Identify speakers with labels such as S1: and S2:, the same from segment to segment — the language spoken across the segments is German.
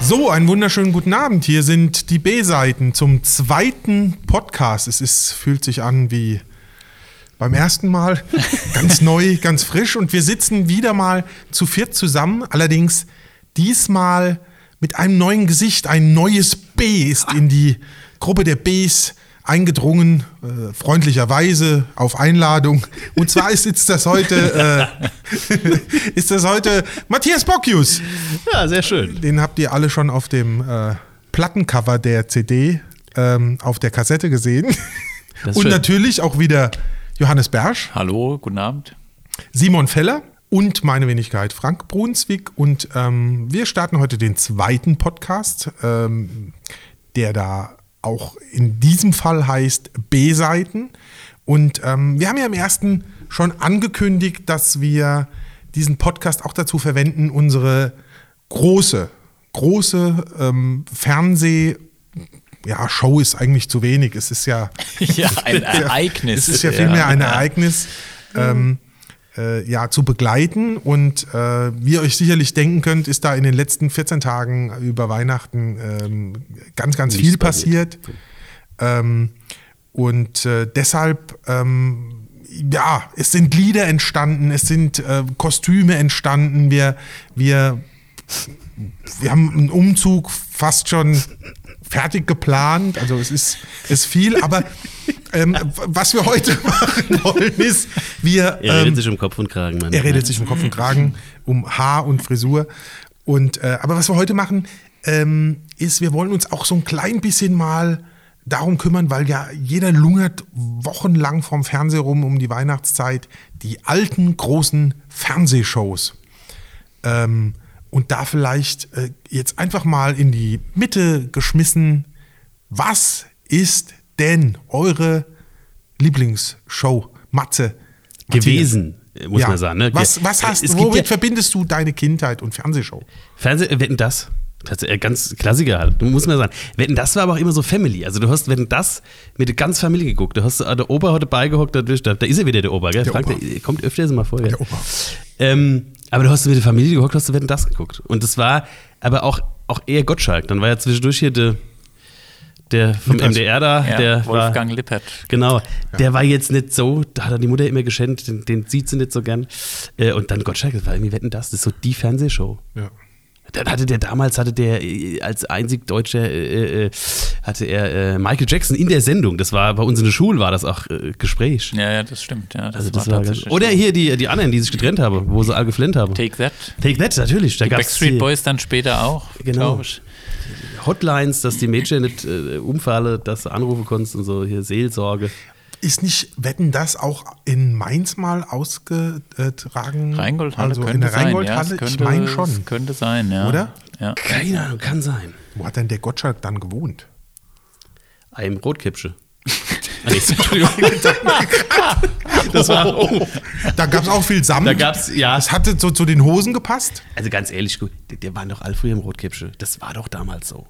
S1: So, einen wunderschönen guten Abend. Hier sind die B-Seiten zum zweiten Podcast. Es ist, fühlt sich an wie beim ersten Mal. Ganz neu, ganz frisch. Und wir sitzen wieder mal zu viert zusammen. Allerdings diesmal mit einem neuen Gesicht. Ein neues B ist in die Gruppe der Bs eingedrungen, äh, freundlicherweise auf Einladung. Und zwar ist jetzt das heute, äh, ist das heute Matthias Bockius.
S2: Ja, sehr schön.
S1: Den habt ihr alle schon auf dem äh, Plattencover der CD ähm, auf der Kassette gesehen.
S2: Das ist
S1: Und
S2: schön.
S1: natürlich auch wieder Johannes Bersch,
S2: Hallo, guten Abend.
S1: Simon Feller und meine Wenigkeit Frank Brunswick. Und ähm, wir starten heute den zweiten Podcast, ähm, der da auch in diesem Fall heißt B-Seiten. Und ähm, wir haben ja im ersten schon angekündigt, dass wir diesen Podcast auch dazu verwenden, unsere große, große ähm, Fernseh- ja, Show ist eigentlich zu wenig. Es ist ja
S2: Ja, ein Ereignis. äh,
S1: es ist ja vielmehr ein Ereignis, ähm, äh, ja, zu begleiten. Und äh, wie ihr euch sicherlich denken könnt, ist da in den letzten 14 Tagen über Weihnachten ähm, ganz, ganz
S2: Nichts
S1: viel passiert. Ähm, und äh, deshalb, ähm, ja, es sind Lieder entstanden, es sind äh, Kostüme entstanden. Wir, wir, wir haben einen Umzug fast schon fertig geplant. Also es ist, ist viel, aber ähm, w- was wir heute machen wollen, ist, wir.
S3: Er
S1: ähm,
S3: redet sich um Kopf und Kragen, Mann.
S1: er redet sich um Kopf und Kragen, um Haar und Frisur. Und, äh, aber was wir heute machen, ähm, ist, wir wollen uns auch so ein klein bisschen mal darum kümmern, weil ja jeder lungert wochenlang vom Fernseher rum um die Weihnachtszeit die alten großen Fernsehshows. Ähm, und da vielleicht äh, jetzt einfach mal in die Mitte geschmissen, was ist denn eure Lieblingsshow, Matze? Matthias?
S3: gewesen, muss
S1: Ja.
S3: man sagen. Ne?
S1: Was, was hast
S3: es
S1: du,
S3: gibt
S1: womit
S3: ja
S1: verbindest du deine Kindheit und Fernsehshow?
S3: Fernseh, äh, Wetten, das. Tats- äh, Ganz Klassiker halt, muss man sagen. Wetten, das war aber auch immer so Family. Also du hast Wetten, das mit der ganzen Familie geguckt. Du hast äh, der Opa heute beigehockt, da, da da ist er wieder der Opa, gell?
S1: Der
S3: Frank,
S1: Opa.
S3: Der, kommt öfters mal vor. Gell?
S1: Der Opa.
S3: Ähm, aber du hast mit der Familie geguckt, hast du Wetten, das geguckt. Und das war aber auch, auch eher Gottschalk. Dann war ja zwischendurch hier der, der vom
S1: Lukas.
S3: MDR da,
S2: Ja,
S3: der war,
S2: Wolfgang Lippert.
S3: Genau, der war jetzt nicht so, da hat er die Mutter immer geschenkt, den, den sieht sie nicht so gern. Äh, und dann Gottschalk, das war irgendwie Wetten, das, das ist so die Fernsehshow.
S1: Ja.
S3: Dann hatte der damals, hatte der äh, als einzig Deutscher, äh, äh, hatte er äh, Michael Jackson in der Sendung, das war bei uns in der Schule, war das auch äh, Gespräch.
S2: Ja, ja, das stimmt. Ja, das
S3: Also das
S2: war
S3: war ganz,
S2: tatsächlich
S3: oder
S2: so.
S3: hier die, die anderen, die sich getrennt haben, wo sie alle geflennt haben.
S2: Take That.
S3: Take That, natürlich. Da
S2: Die
S3: gab's
S2: Backstreet
S3: die
S2: Boys dann später auch.
S3: Genau.
S2: glaub Ich.
S3: Hotlines, dass die Mädchen nicht äh, umfallen, dass du anrufen konntest und so, hier Seelsorge.
S1: Ist nicht Wetten das auch in Mainz mal ausgetragen?
S2: Rheingoldhalle
S1: also
S2: könnte
S1: in der
S2: sein. ja,
S1: Rheingoldhalle?
S2: es
S1: ich
S2: könnte,
S1: meine
S2: es
S1: schon.
S2: Könnte sein, ja.
S1: Oder?
S2: Ja.
S3: Keine Ahnung, kann sein.
S1: Wo hat denn der Gottschalk dann gewohnt?
S3: Einem Rotkäppchen. Ah, nee, Entschuldigung. das war. Oh.
S1: Da gab es auch viel Samt.
S3: Da gab's- ja.
S1: Es hatte so zu den Hosen gepasst.
S3: Also ganz ehrlich, gut, die, die waren doch alle früher im Rotkäppchen. Das war doch damals so.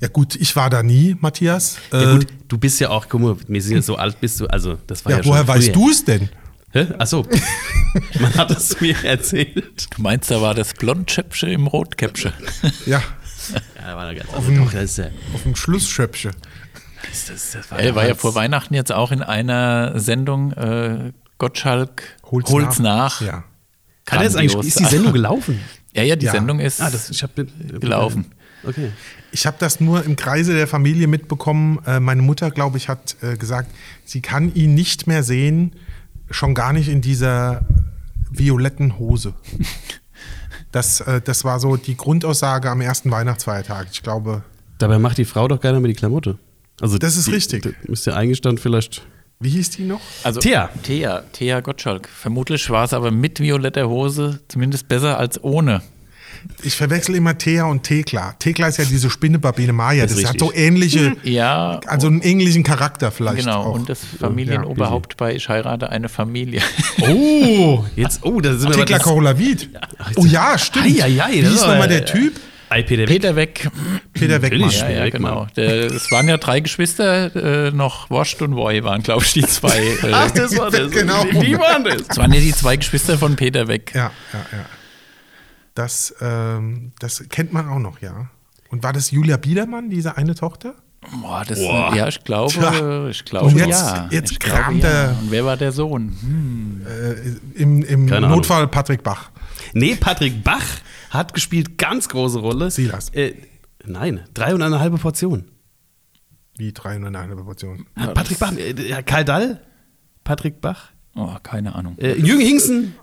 S1: Ja gut, ich war da nie, Matthias.
S3: Ja,
S1: Äh,
S3: gut, du bist ja auch, guck mal, wir sind ja so alt, bist du. Also, das war
S1: ja,
S3: ja,
S1: woher weißt
S3: früher.
S1: du es denn?
S3: Hä? Ach so. Man hat es mir erzählt.
S2: Du meinst, da war das Blondschäppsche im Rotkäppsche.
S1: Ja,
S3: Ja, da war doch ganz also, doch, das ist, ja-
S1: auf dem Schlussschöpfchen.
S3: das, das, das
S2: Ey, war ja
S3: damals-
S2: vor Weihnachten jetzt auch in einer Sendung äh, Gottschalk holt's, nach.
S1: Ja.
S3: Hat das eigentlich,
S2: Grandios.
S3: ist die Sendung gelaufen?
S2: Ja, ja, die
S1: Ja.
S2: Sendung ist.
S3: Ah, das, ich hab,
S2: Gelaufen.
S3: Okay.
S1: Ich habe das nur im Kreise der Familie mitbekommen. Äh, meine Mutter, glaube ich, hat äh, gesagt, sie kann ihn nicht mehr sehen, schon gar nicht in dieser violetten Hose. Das, äh, das war so die Grundaussage am ersten Weihnachtsfeiertag. Ich glaube,
S3: Dabei macht die Frau doch gerne mehr die Klamotte. Also
S1: Das ist
S3: die,
S1: richtig.
S3: die- Müsste eigentlich dann vielleicht.
S1: wie hieß die noch?
S2: Also
S3: Thea.
S2: Thea, Thea Gottschalk. Vermutlich war es aber mit violetter Hose zumindest besser als ohne.
S1: Ich verwechsel immer Thea und Thekla. Thekla ist ja diese Spinne Babine Maya.
S3: Das
S1: Das,
S3: ist
S1: hat
S3: richtig. Hm.
S1: so ähnliche,
S2: Ja,
S1: also einen ähnlichen Charakter vielleicht.
S2: genau.
S1: Auch.
S2: Und das Familienoberhaupt bei Ich heirate eine Familie.
S3: Oh, jetzt, oh, da sind wir
S1: Thekla Korolavid. Oh ja, stimmt.
S3: Ei, ei, ei,
S1: wie
S3: das
S1: hieß
S3: war-
S1: nochmal der Typ?
S3: IP der
S2: Peter weg.
S1: Peter Weckmann.
S3: Natürlich.
S2: Ja, ja,
S3: Weg,
S2: genau.
S3: Mann.
S2: Der, es waren ja drei Geschwister, äh, noch Wascht und Woy waren, glaube ich, die zwei. Äh,
S3: Ach, das war das.
S1: Genau.
S3: Die waren das.
S2: das waren ja die zwei Geschwister von Peter weg.
S1: Ja, ja, ja. Das, ähm, das kennt man auch noch, ja. Und war das Julia Biedermann, diese eine Tochter?
S2: Boah, das
S3: Boah.
S2: ja, ich glaube,
S1: Tja.
S2: ich glaube
S1: Und jetzt-
S2: ja.
S1: jetzt
S2: ich
S1: kramt er.
S2: Und wer war der Sohn? Hm.
S1: Äh, Im im
S3: Keine Ahnung.
S1: Notfall Patrick Bach.
S3: Nee, Patrick Bach hat gespielt ganz große Rolle.
S1: Silas.
S3: Äh, nein, drei und eine halbe Portion.
S1: Wie 301 Proportion.
S2: Ja,
S3: Ah, Patrick Bach, äh, Karl Dall, Patrick Bach,
S2: Oh, keine Ahnung.
S3: äh, Jürgen Hingsen,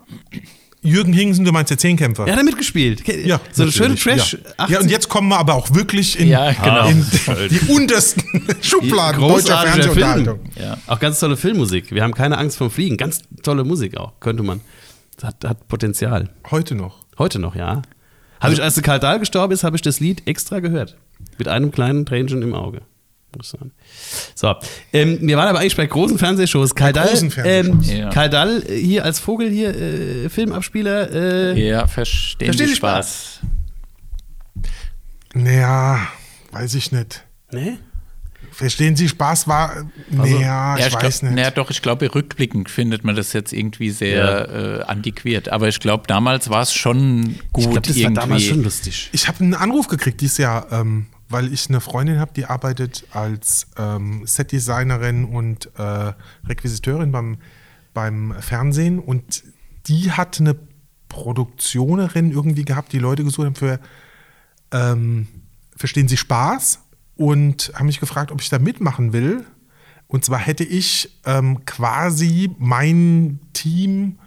S1: Jürgen Hingsen, du meinst der Zehnkämpfer?
S3: der hat da mitgespielt. so eine schöne
S1: natürlich,
S3: Trash.
S1: Ja. ja, und jetzt kommen wir aber auch wirklich in,
S2: Ja, genau.
S1: in
S3: halt
S1: die untersten Schubladen deutscher
S3: großartiger
S1: Fernsehunterhaltung.
S3: Film.
S2: Ja.
S3: Auch ganz tolle Filmmusik. Wir haben keine Angst vom Fliegen. Ganz tolle Musik auch, könnte man. Das Hat, hat Potenzial.
S1: Heute noch.
S3: Heute noch, ja. Habe ich, als der Karl Dahl gestorben ist, habe ich das Lied extra gehört. Mit einem kleinen Tränchen im Auge. Muss ich sagen. So, ähm, wir waren aber eigentlich bei großen Fernsehshows. Karl Dahl,
S1: großen
S3: ähm,
S1: Fernsehshows.
S2: Ja.
S3: Karl Dahl äh, hier als Vogel hier, äh, Filmabspieler. Äh,
S2: ja, verstehen
S3: Verstehen
S2: Sie
S3: Sie
S2: Spaß.
S1: Naja, weiß ich nicht.
S3: Ne?
S1: Verstehen Sie, Spaß
S3: Also,
S1: war. Naja, Ah, ich,
S2: glaub-
S1: weiß nicht.
S2: Naja, doch, ich glaube, rückblickend findet man das jetzt irgendwie sehr äh, antiquiert. Aber ich glaube, damals war es schon gut.
S3: Ich glaube, das
S2: irgendwie.
S3: war damals schon lustig.
S1: Ich habe einen Anruf gekriegt dieses Jahr, ähm, weil ich eine Freundin habe, die arbeitet als ähm, Setdesignerin und äh, Requisiteurin beim, beim Fernsehen und die hat eine Produktionerin irgendwie gehabt, die Leute gesucht haben für ähm, Verstehen Sie Spaß und haben mich gefragt, ob ich da mitmachen will. Und zwar hätte ich ähm, quasi mein Team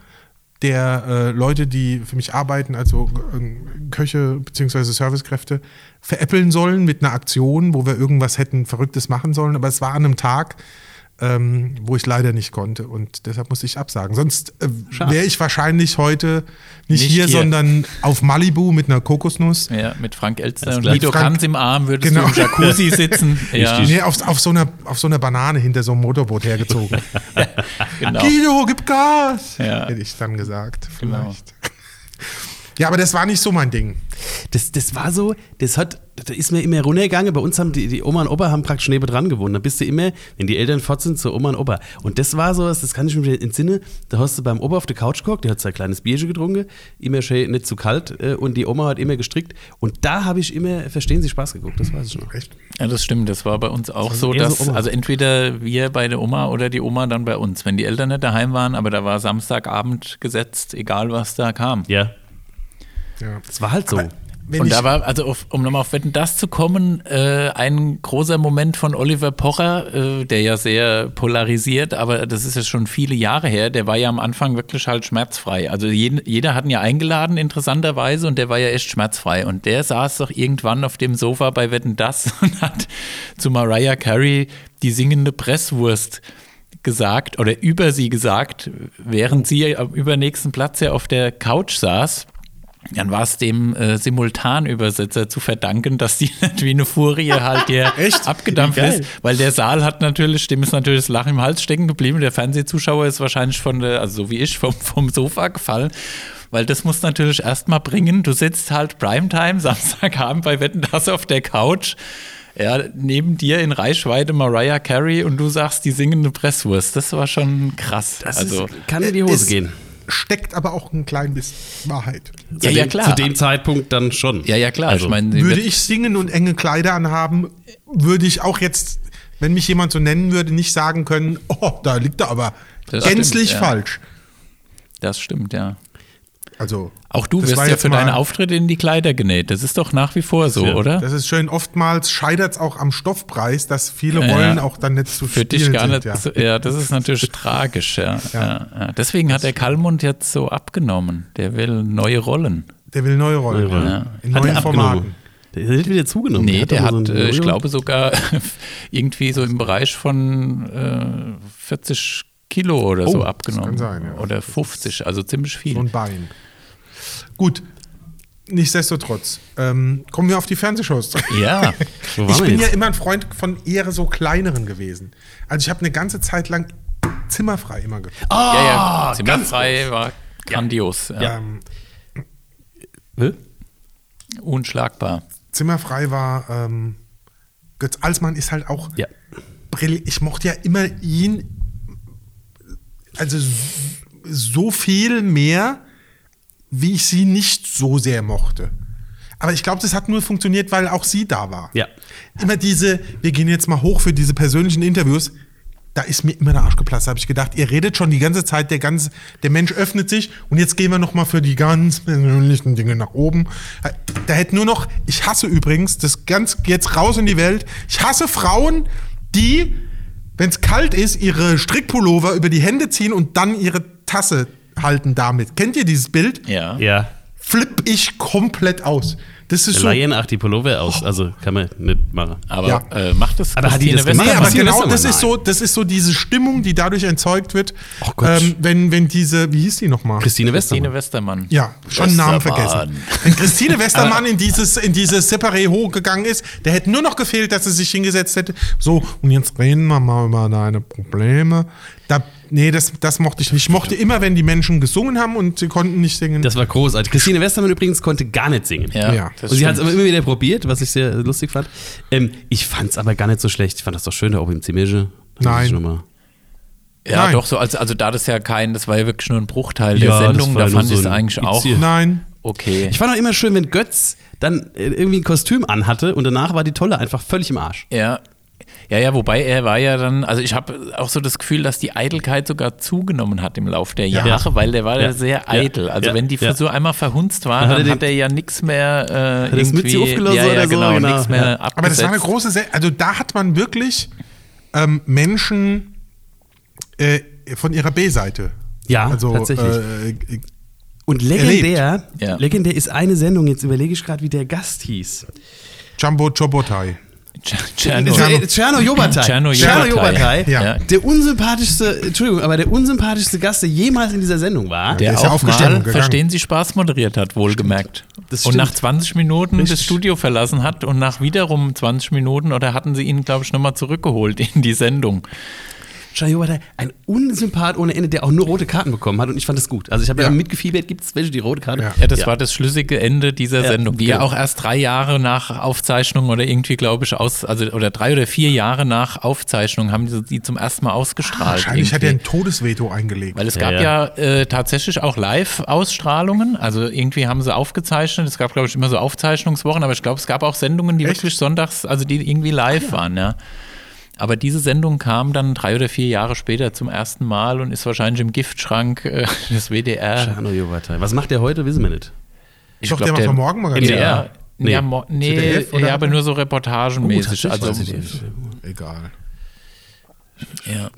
S1: der äh, Leute, die für mich arbeiten, also äh, Köche bzw. Servicekräfte, veräppeln sollen mit einer Aktion, wo wir irgendwas hätten Verrücktes machen sollen. Aber es war an einem Tag, ähm, wo ich leider nicht konnte und deshalb musste ich absagen. Sonst äh,
S3: Schade.
S1: wäre ich wahrscheinlich heute nicht,
S2: Nicht
S1: hier,
S2: hier.
S1: sondern auf Malibu mit einer Kokosnuss.
S2: Ja, mit Frank Elstner
S3: Alles
S2: und
S3: klar.
S2: Lido
S1: Frank-
S2: Kanz im Arm würdest
S1: Genau.
S2: du im Jacuzzi sitzen. ja,
S1: Nee, auf, auf, so einer, auf so einer Banane hinter so einem Motorboot hergezogen.
S2: genau.
S1: Guido, gib Gas!
S2: Ja.
S1: Hätte ich dann gesagt,
S2: Genau.
S1: vielleicht. Ja, aber das war nicht so mein Ding.
S3: Das, das war so, das hat, da ist mir immer runtergegangen. Bei uns haben die, die Oma und Opa haben praktisch neben dran gewohnt. Da bist du immer, wenn die Eltern fort sind, zur Oma und Opa. Und das war so, das kann ich mir entsinnen. Da hast du beim Opa auf der Couch geguckt, der hat sein kleines Bierchen getrunken, immer schön nicht zu kalt. äh, Und die Oma hat immer gestrickt. Und da habe ich immer, verstehen Sie, Spaß geguckt, das weiß ich noch.
S1: Echt?
S2: Ja, das stimmt. Das war bei uns auch
S3: Also
S2: so,
S3: eher
S2: dass
S3: so Oma.
S2: also entweder wir bei der Oma oder die Oma dann bei uns, wenn die Eltern nicht daheim waren, aber da war Samstagabend gesetzt, egal was da kam.
S3: Ja.
S1: Ja.
S3: Das war halt so.
S1: Wenn
S2: und
S1: ich,
S2: da war, also auf, um nochmal auf Wetten das zu kommen, äh, ein großer Moment von Oliver Pocher, äh, der ja sehr polarisiert, aber das ist ja schon viele Jahre her, der war ja am Anfang wirklich halt schmerzfrei. Also jeden, jeder hat ihn ja eingeladen, interessanterweise, und der war ja echt schmerzfrei. Und der saß doch irgendwann auf dem Sofa bei Wetten das und hat zu Mariah Carey die singende Presswurst gesagt oder über sie gesagt, während sie am übernächsten Platz ja auf der Couch saß. Dann war es dem äh, Simultanübersetzer zu verdanken, dass die nicht wie eine Furie halt hier abgedampft
S3: Wie geil.
S2: ist, weil der Saal hat natürlich, dem ist natürlich das Lachen im Hals stecken geblieben. Der Fernsehzuschauer ist wahrscheinlich von der, also so wie ich, vom, vom Sofa gefallen, weil das muss natürlich erstmal bringen. Du sitzt halt Primetime, Samstagabend bei Wetten das auf der Couch. Ja, neben dir in Reichweite Mariah Carey und du sagst die singende Presswurst. Das war schon krass.
S3: Das
S2: also,
S3: ist, kann in die Hose
S1: Äh, es
S3: gehen.
S1: Steckt aber auch ein klein bisschen Wahrheit.
S2: ja,
S3: Zu
S2: ja,
S3: dem-
S2: klar.
S3: Zu dem Zeitpunkt dann schon.
S2: ja, ja, klar.
S3: Also,
S2: ich meine,
S1: Würde ich singen und enge Kleider anhaben, würde ich auch jetzt, wenn mich jemand so nennen würde, nicht sagen können, oh, da liegt er aber
S2: Das
S1: gänzlich
S2: stimmt, ja.
S1: falsch.
S2: das stimmt, ja.
S1: Also,
S2: Auch du
S1: das
S2: wirst
S1: war
S2: ja
S1: jetzt
S2: für
S1: mal-
S2: deine Auftritte in die Kleider genäht. Das ist doch nach wie vor so,
S3: Ja.
S2: oder?
S1: Das ist schön. Oftmals scheitert es auch am Stoffpreis, dass viele
S2: Ja.
S1: Rollen auch dann nicht zu
S2: Für dich
S1: spielen
S2: gar
S1: sind,
S2: nicht.
S1: ja.
S2: so- Ja. das ist natürlich tragisch. Ja.
S1: Ja.
S2: Ja. Ja. Deswegen hat der Kalmund jetzt so abgenommen. Der will neue Rollen.
S1: Der will neue Rollen.
S3: Neue Rollen.
S1: Ja. In
S3: Hat
S1: neuen
S3: er
S1: Formaten.
S3: abgenommen. Der hat wieder zugenommen.
S2: Nee, der
S3: doch
S2: hat,
S3: so einen-
S2: äh, ich glaube, sogar irgendwie so im Bereich von äh, 40 Kilo oder
S3: Oh,
S2: so
S3: das
S2: abgenommen.
S1: kann sein, ja.
S2: Oder 50, also ziemlich viel.
S1: So ein Bein. Gut. Nichtsdestotrotz, ähm, kommen wir auf die Fernsehshows.
S2: ja.
S3: Wo waren
S1: Ich
S3: wir
S1: bin ja
S3: jetzt?
S1: immer ein Freund von eher so kleineren gewesen. Also ich habe eine ganze Zeit lang zimmerfrei immer geguckt.
S2: ja, ja.
S3: Ah, ganz
S2: Zimmerfrei war grandios. Ja.
S1: Ähm,
S3: Hä?
S2: Unschlagbar.
S1: zimmerfrei war ähm, Götz Alsmann ist halt auch
S3: Ja.
S1: brill- Ich mochte ja immer ihn, also s- so viel mehr, wie ich sie nicht so sehr mochte. Aber ich glaube, das hat nur funktioniert, weil auch sie da war.
S3: Ja.
S1: Immer diese, wir gehen jetzt mal hoch für diese persönlichen Interviews. Da ist mir immer der Arsch geplatzt, habe ich gedacht. Ihr redet schon die ganze Zeit, der, ganz, der Mensch öffnet sich und jetzt gehen wir noch mal für die ganz persönlichen Dinge nach oben. Äh, Da hätte nur noch, ich hasse übrigens, das ganz jetzt raus in die Welt, ich hasse Frauen, die, wenn es kalt ist, ihre Strickpullover über die Hände ziehen und dann ihre Tasse halten damit. Kennt ihr dieses Bild?
S2: Ja.
S3: Ja.
S1: Flipp ich komplett aus. Das ist so.
S3: Leihen auch die Pullover aus. Also kann man nicht machen.
S2: Oh. Aber
S1: Ja.
S2: äh, macht das
S3: Aber hat die das
S2: Westphal?
S1: Nee, aber
S3: Passiert
S1: genau,
S3: das
S1: das
S3: immer?
S1: ist, so, das ist so diese Stimmung, die dadurch erzeugt wird,
S3: Ach Oh Gott.
S1: ähm, wenn, wenn diese, wie hieß die nochmal?
S3: Christine
S2: Christine Westermann.
S3: Westermann.
S1: Ja, schon einen Namen
S2: Westermann.
S1: vergessen. Wenn Christine Westermann in dieses, in dieses Separé hochgegangen ist, der hätte nur noch gefehlt, dass sie sich hingesetzt hätte. So, und jetzt reden wir mal über deine Probleme. Da, nee, das, das mochte ich nicht. Ich mochte immer, wenn die Menschen gesungen haben und sie konnten nicht singen.
S3: Das war großartig. Christine Westermann übrigens konnte gar nicht singen.
S2: Ja,
S1: Ja.
S2: das
S3: und sie hat es
S2: stimmt.
S3: aber immer wieder probiert, was ich sehr lustig fand. Ähm, ich fand es aber gar nicht so schlecht. Ich fand das doch schön, da oben im Zimische.
S1: Nein.
S3: Nochmal.
S2: Ja,
S1: Nein.
S2: doch, so, also, also da das ja kein, das war ja wirklich nur ein Bruchteil der
S3: Ja, das
S2: Sendung,
S3: war
S2: da
S3: nur
S2: fand
S3: so
S2: ich es
S3: ein
S2: eigentlich auch
S3: Bezirk.
S1: Nein.
S2: okay.
S3: Ich fand auch immer schön, wenn Götz dann äh, irgendwie ein Kostüm anhatte und danach war die Tolle einfach völlig im Arsch.
S2: Ja. Ja, ja, wobei er war ja dann, also ich habe auch so das Gefühl, dass die Eitelkeit sogar zugenommen hat im Lauf der Jahre,
S3: Ja.
S2: weil der war
S3: Ja.
S2: ja sehr
S3: Ja.
S2: eitel. Also
S3: Ja.
S2: wenn die
S3: Ja.
S2: Frisur einmal verhunzt war,
S3: Dann hat er
S2: dann
S3: den-
S2: hat er ja nichts mehr äh,
S3: er das
S2: irgendwie,
S3: Mützi aufgelassen
S2: ja, ja,
S3: oder so,
S2: genau,
S3: genau.
S2: nichts mehr
S3: Ja.
S2: abgesetzt.
S1: Aber das war eine große, Se also da hat man wirklich ähm, Menschen äh, von ihrer B-Seite.
S3: Ja,
S1: also,
S3: tatsächlich.
S1: äh, äh,
S3: Und legendär,
S2: Erlebt. Ja.
S3: legendär ist eine Sendung, jetzt überlege ich gerade, wie der Gast hieß.
S1: Jumbo
S3: Halt
S1: Chobotai.
S2: Tscherno.
S1: Tscherno.
S3: Äh, Tscherno Jobatai.
S2: Tscherno Jobatai.
S1: Ja.
S2: Ja.
S3: Der unsympathischste, Entschuldigung, aber der unsympathischste Gast, der jemals in dieser Sendung war.
S2: Der,
S1: Der ist ja
S2: auch
S1: aufgestanden
S2: mal
S1: und gegangen.
S2: Verstehen Sie Spaß moderiert hat, wohlgemerkt.
S3: Das
S2: Und
S3: stimmt.
S2: nach 20 Minuten das
S3: Richtig.
S2: Studio verlassen hat und nach wiederum 20 Minuten, oder hatten sie ihn, glaube ich, nochmal zurückgeholt in die Sendung.
S3: Tscherno Jobatai, ein Unsympath ohne Ende, der auch nur rote Karten bekommen hat und ich fand das gut. Also ich habe ja.
S1: Ja.
S3: mitgefiebert, gibt es welche, die rote Karte?
S1: Ja.
S2: Ja, das war das schlüssige Ende dieser
S3: Ja,
S2: Sendung, die ja
S3: genau.
S2: auch erst drei Jahre nach Aufzeichnung oder irgendwie, glaube ich, aus, also oder drei oder vier Jahre nach Aufzeichnung haben die, die zum ersten Mal ausgestrahlt.
S1: Ah, Wahrscheinlich hat er
S2: irgendwie.
S1: ein Todesveto eingelegt.
S2: Weil es
S3: Ja,
S2: gab ja,
S3: ja.
S2: äh, tatsächlich auch Live-Ausstrahlungen. Also irgendwie haben sie aufgezeichnet. Es gab, glaube ich, immer so Aufzeichnungswochen, aber ich glaube, es gab auch Sendungen, die
S1: Echt? Ah,
S2: wirklich sonntags, also die irgendwie live waren, ja. Aber diese Sendung kam dann drei oder vier Jahre später zum ersten Mal und ist wahrscheinlich im Giftschrank äh, des WDR.
S3: Tscherno Jobatai. Was macht der heute, wissen wir nicht.
S1: Ich dachte, der macht am Morgenmagazin.
S2: NDR.
S3: Nee.
S2: Nee, ja, mo- nee
S1: ZDF oder Oh,
S2: ja, aber
S1: andere?
S2: nur so reportagenmäßig. also,
S1: Egal,
S2: ja.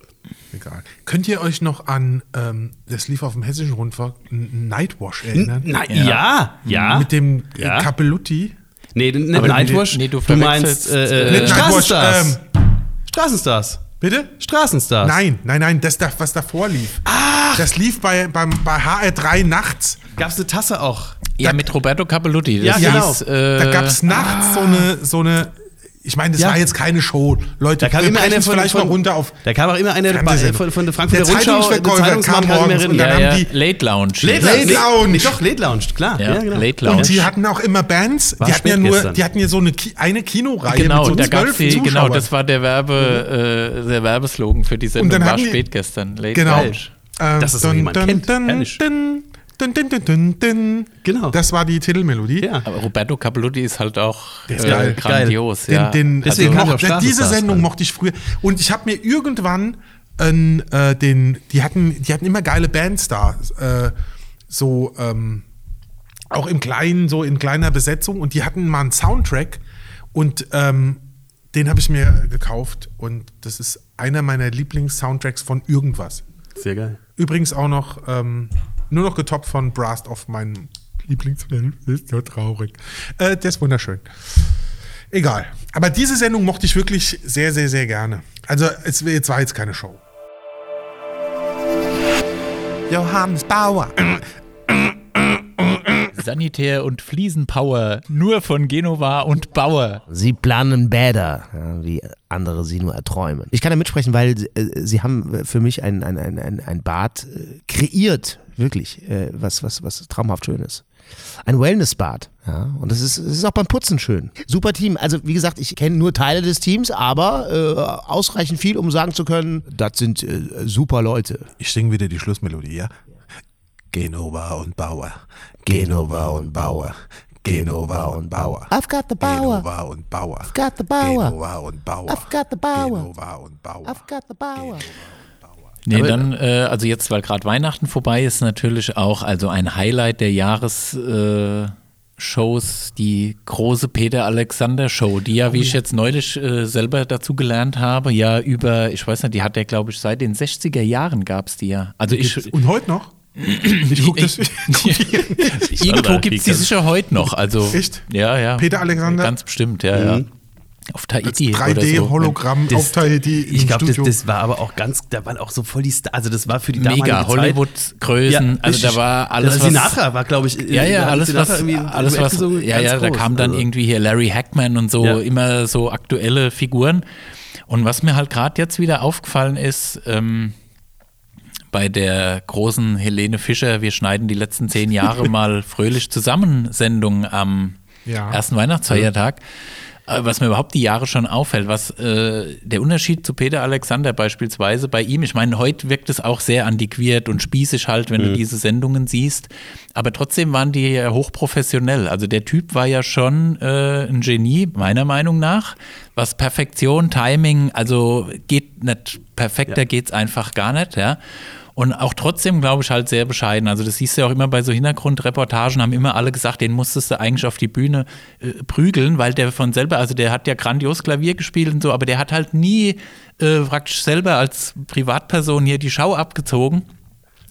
S1: egal. Könnt ihr euch noch an, ähm, das lief auf dem hessischen Rundfunk, N- Nightwash erinnern?
S3: Nein, ja, ja.
S1: Mit dem äh,
S3: Ja.
S1: Capellutti.
S3: nee, nicht
S2: Aber
S3: Nightwash,
S2: nee, du
S3: du meinst
S2: verwechselst,
S3: äh,
S2: äh,
S3: äh,
S2: Nicht
S1: Nightwash,
S3: Straßenstars. Straßenstars.
S1: Bitte?
S3: Straßenstars.
S1: ähm. Nein, nein, nein, das, da- was davor lief. Das lief bei, beim, bei HR3 nachts.
S3: Gab es eine Tasse auch?
S2: ja, mit Roberto Capellutti.
S3: Ja,
S2: Das
S3: genau.
S2: hieß, äh,
S1: da gab es nachts so eine, so eine, ich meine, das
S3: Ja.
S1: war jetzt keine Show. Leute,
S3: Da kam immer einer
S1: brechen's
S3: von,
S1: vielleicht
S3: von,
S1: mal runter auf
S3: Da kam auch immer einer bei-
S1: Fernsehsendung.
S3: von, von der Frankfurter
S1: Der
S3: Rundschau,
S1: Zeitungsverkäufer kam
S3: kann ich
S1: morgens
S3: mich
S1: und
S3: mehr
S1: dann
S3: erinnern.
S2: ja,
S1: haben
S2: ja,
S1: die-
S2: Late Lounge.
S1: Late Lounge.
S3: Nee, doch, Late Lounge, klar. genau.
S2: Ja, Late Lounge.
S1: Und sie hatten auch immer Bands,
S3: War
S1: die hatten, ja
S3: spät
S1: nur,
S3: gestern.
S1: die hatten ja so eine, Ki eine Kinoreihe
S2: Genau,
S1: mit so
S2: da gab's
S1: zwölf
S2: die,
S1: Zuschauern.
S2: genau, das war der, Werbe, äh, der Werbeslogan für die Sendung.
S1: dann
S2: war
S1: haben die-
S2: spät gestern. Late
S1: genau.
S2: Lounge.
S1: Ähm,
S3: Dass es noch jemand kennt. Herrlich.
S1: dun, dun, dun, dun, dun, dun.
S3: Genau.
S1: Das war die Titelmelodie.
S3: Ja.
S2: Aber Roberto Capelluti ist halt auch
S1: ist
S2: äh,
S1: geil.
S2: grandios.
S1: Den,
S2: ja. Also
S1: den, also-
S3: Deswegen kann ich auch
S1: mochte-
S3: Straßenstars
S1: diese Sendung
S3: sagen.
S1: mochte ich früher. Und ich habe mir irgendwann ähm, äh, den, die hatten, die hatten immer geile Bands da. Äh, so, ähm, auch im Kleinen, so in kleiner Besetzung. Und die hatten mal einen Soundtrack und ähm, den habe ich mir gekauft. Und das ist einer meiner Lieblings-Soundtracks von irgendwas.
S3: Sehr geil.
S1: Übrigens auch noch, ähm, nur noch getoppt von Brast auf meinem Lieblingsfilm. Ist so traurig. Äh, der ist wunderschön. Egal. Aber diese Sendung mochte ich wirklich sehr, sehr, sehr gerne. Also, es jetzt war jetzt keine Show. Johannes Bauer.
S2: Sanitär- und Fliesenpower nur von Genova und Bauer.
S4: Sie planen Bäder, ja, wie andere sie nur erträumen. Ich kann da mitsprechen, weil äh, sie haben äh, für mich ein, ein, ein, ein, ein Bad äh, kreiert, wirklich, äh, was, was, was traumhaft schön ist. Ein Wellnessbad, ja. Und das ist, das ist auch beim Putzen schön. Super Team. Also, wie gesagt, ich kenne nur Teile des Teams, aber äh, ausreichend viel, um sagen zu können, das sind äh, super Leute.
S1: Ich singe wieder die Schlussmelodie, ja? Genova und Bauer.
S4: Genova und Bauer.
S1: Genova und Bauer.
S4: I've got the power.
S1: Genova und Bauer. I've
S4: got the power.
S1: Genova und Bauer.
S4: I've got the power.
S1: Genova und Bauer.
S4: I've got the power.
S2: Nee, dann, äh, also jetzt, weil gerade Weihnachten vorbei ist, natürlich auch, also ein Highlight der Jahresshows, äh, Shows, die große Peter-Alexander-Show, die ja, wie ich jetzt neulich äh, selber dazu gelernt habe, ja über, ich weiß nicht, die hat der, glaube ich, seit den 60er Jahren gab es die ja. Also ich,
S1: Und heute noch? Ich guck das.
S2: irgendwo gibt es die sicher heute noch. Also,
S1: Echt?
S2: Ja, ja.
S1: Peter Alexander?
S2: Ganz bestimmt, ja, ja. Auf Tahiti oder so.
S1: 3D-Hologramm
S3: Das-
S1: auf Tahiti im
S3: Ich glaube, das,
S1: Studio.
S3: das war aber auch ganz, da waren auch so voll die Star, also das war für die
S2: Mega
S3: damalige
S2: Hollywood-Größen,
S3: Zeit.
S2: also da
S3: richtig.
S2: war alles,
S3: Also
S2: was,
S3: Sinatra war, glaube ich, in-
S2: ja, ja,
S3: Äh, da hat
S2: alles
S3: Sinatra
S2: was,
S3: irgendwie ein
S2: alles
S3: Duett
S2: was,
S3: gesungen,
S2: ja,
S3: ganz
S2: ja, da
S3: groß.
S2: kam dann
S3: Also,
S2: irgendwie hier Larry Hackman und so,
S3: Ja.
S2: immer so aktuelle Figuren. Und was mir halt gerade jetzt wieder aufgefallen ist, ähm, bei der großen Helene Fischer, wir schneiden die letzten zehn Jahre mal fröhlich zusammen Sendung am
S1: Ja.
S2: ersten Weihnachtsfeiertag. Äh, Was mir überhaupt die Jahre schon auffällt, was äh, der Unterschied zu Peter Alexander beispielsweise bei ihm, ich meine, heute wirkt es auch sehr antiquiert und spießig halt, wenn du diese Sendungen siehst, aber trotzdem waren die ja hochprofessionell. Also der Typ war ja schon äh, ein Genie, meiner Meinung nach, was Perfektion, Timing, also geht nicht perfekter, geht's einfach gar nicht, ja. Und auch trotzdem, glaube ich, halt sehr bescheiden. Also, das siehst du ja auch immer bei so Hintergrundreportagen, haben immer alle gesagt, den musstest du eigentlich auf die Bühne äh, prügeln, weil der von selber, also der hat ja grandios Klavier gespielt und so, aber der hat halt nie äh, praktisch selber als Privatperson hier die Schau abgezogen,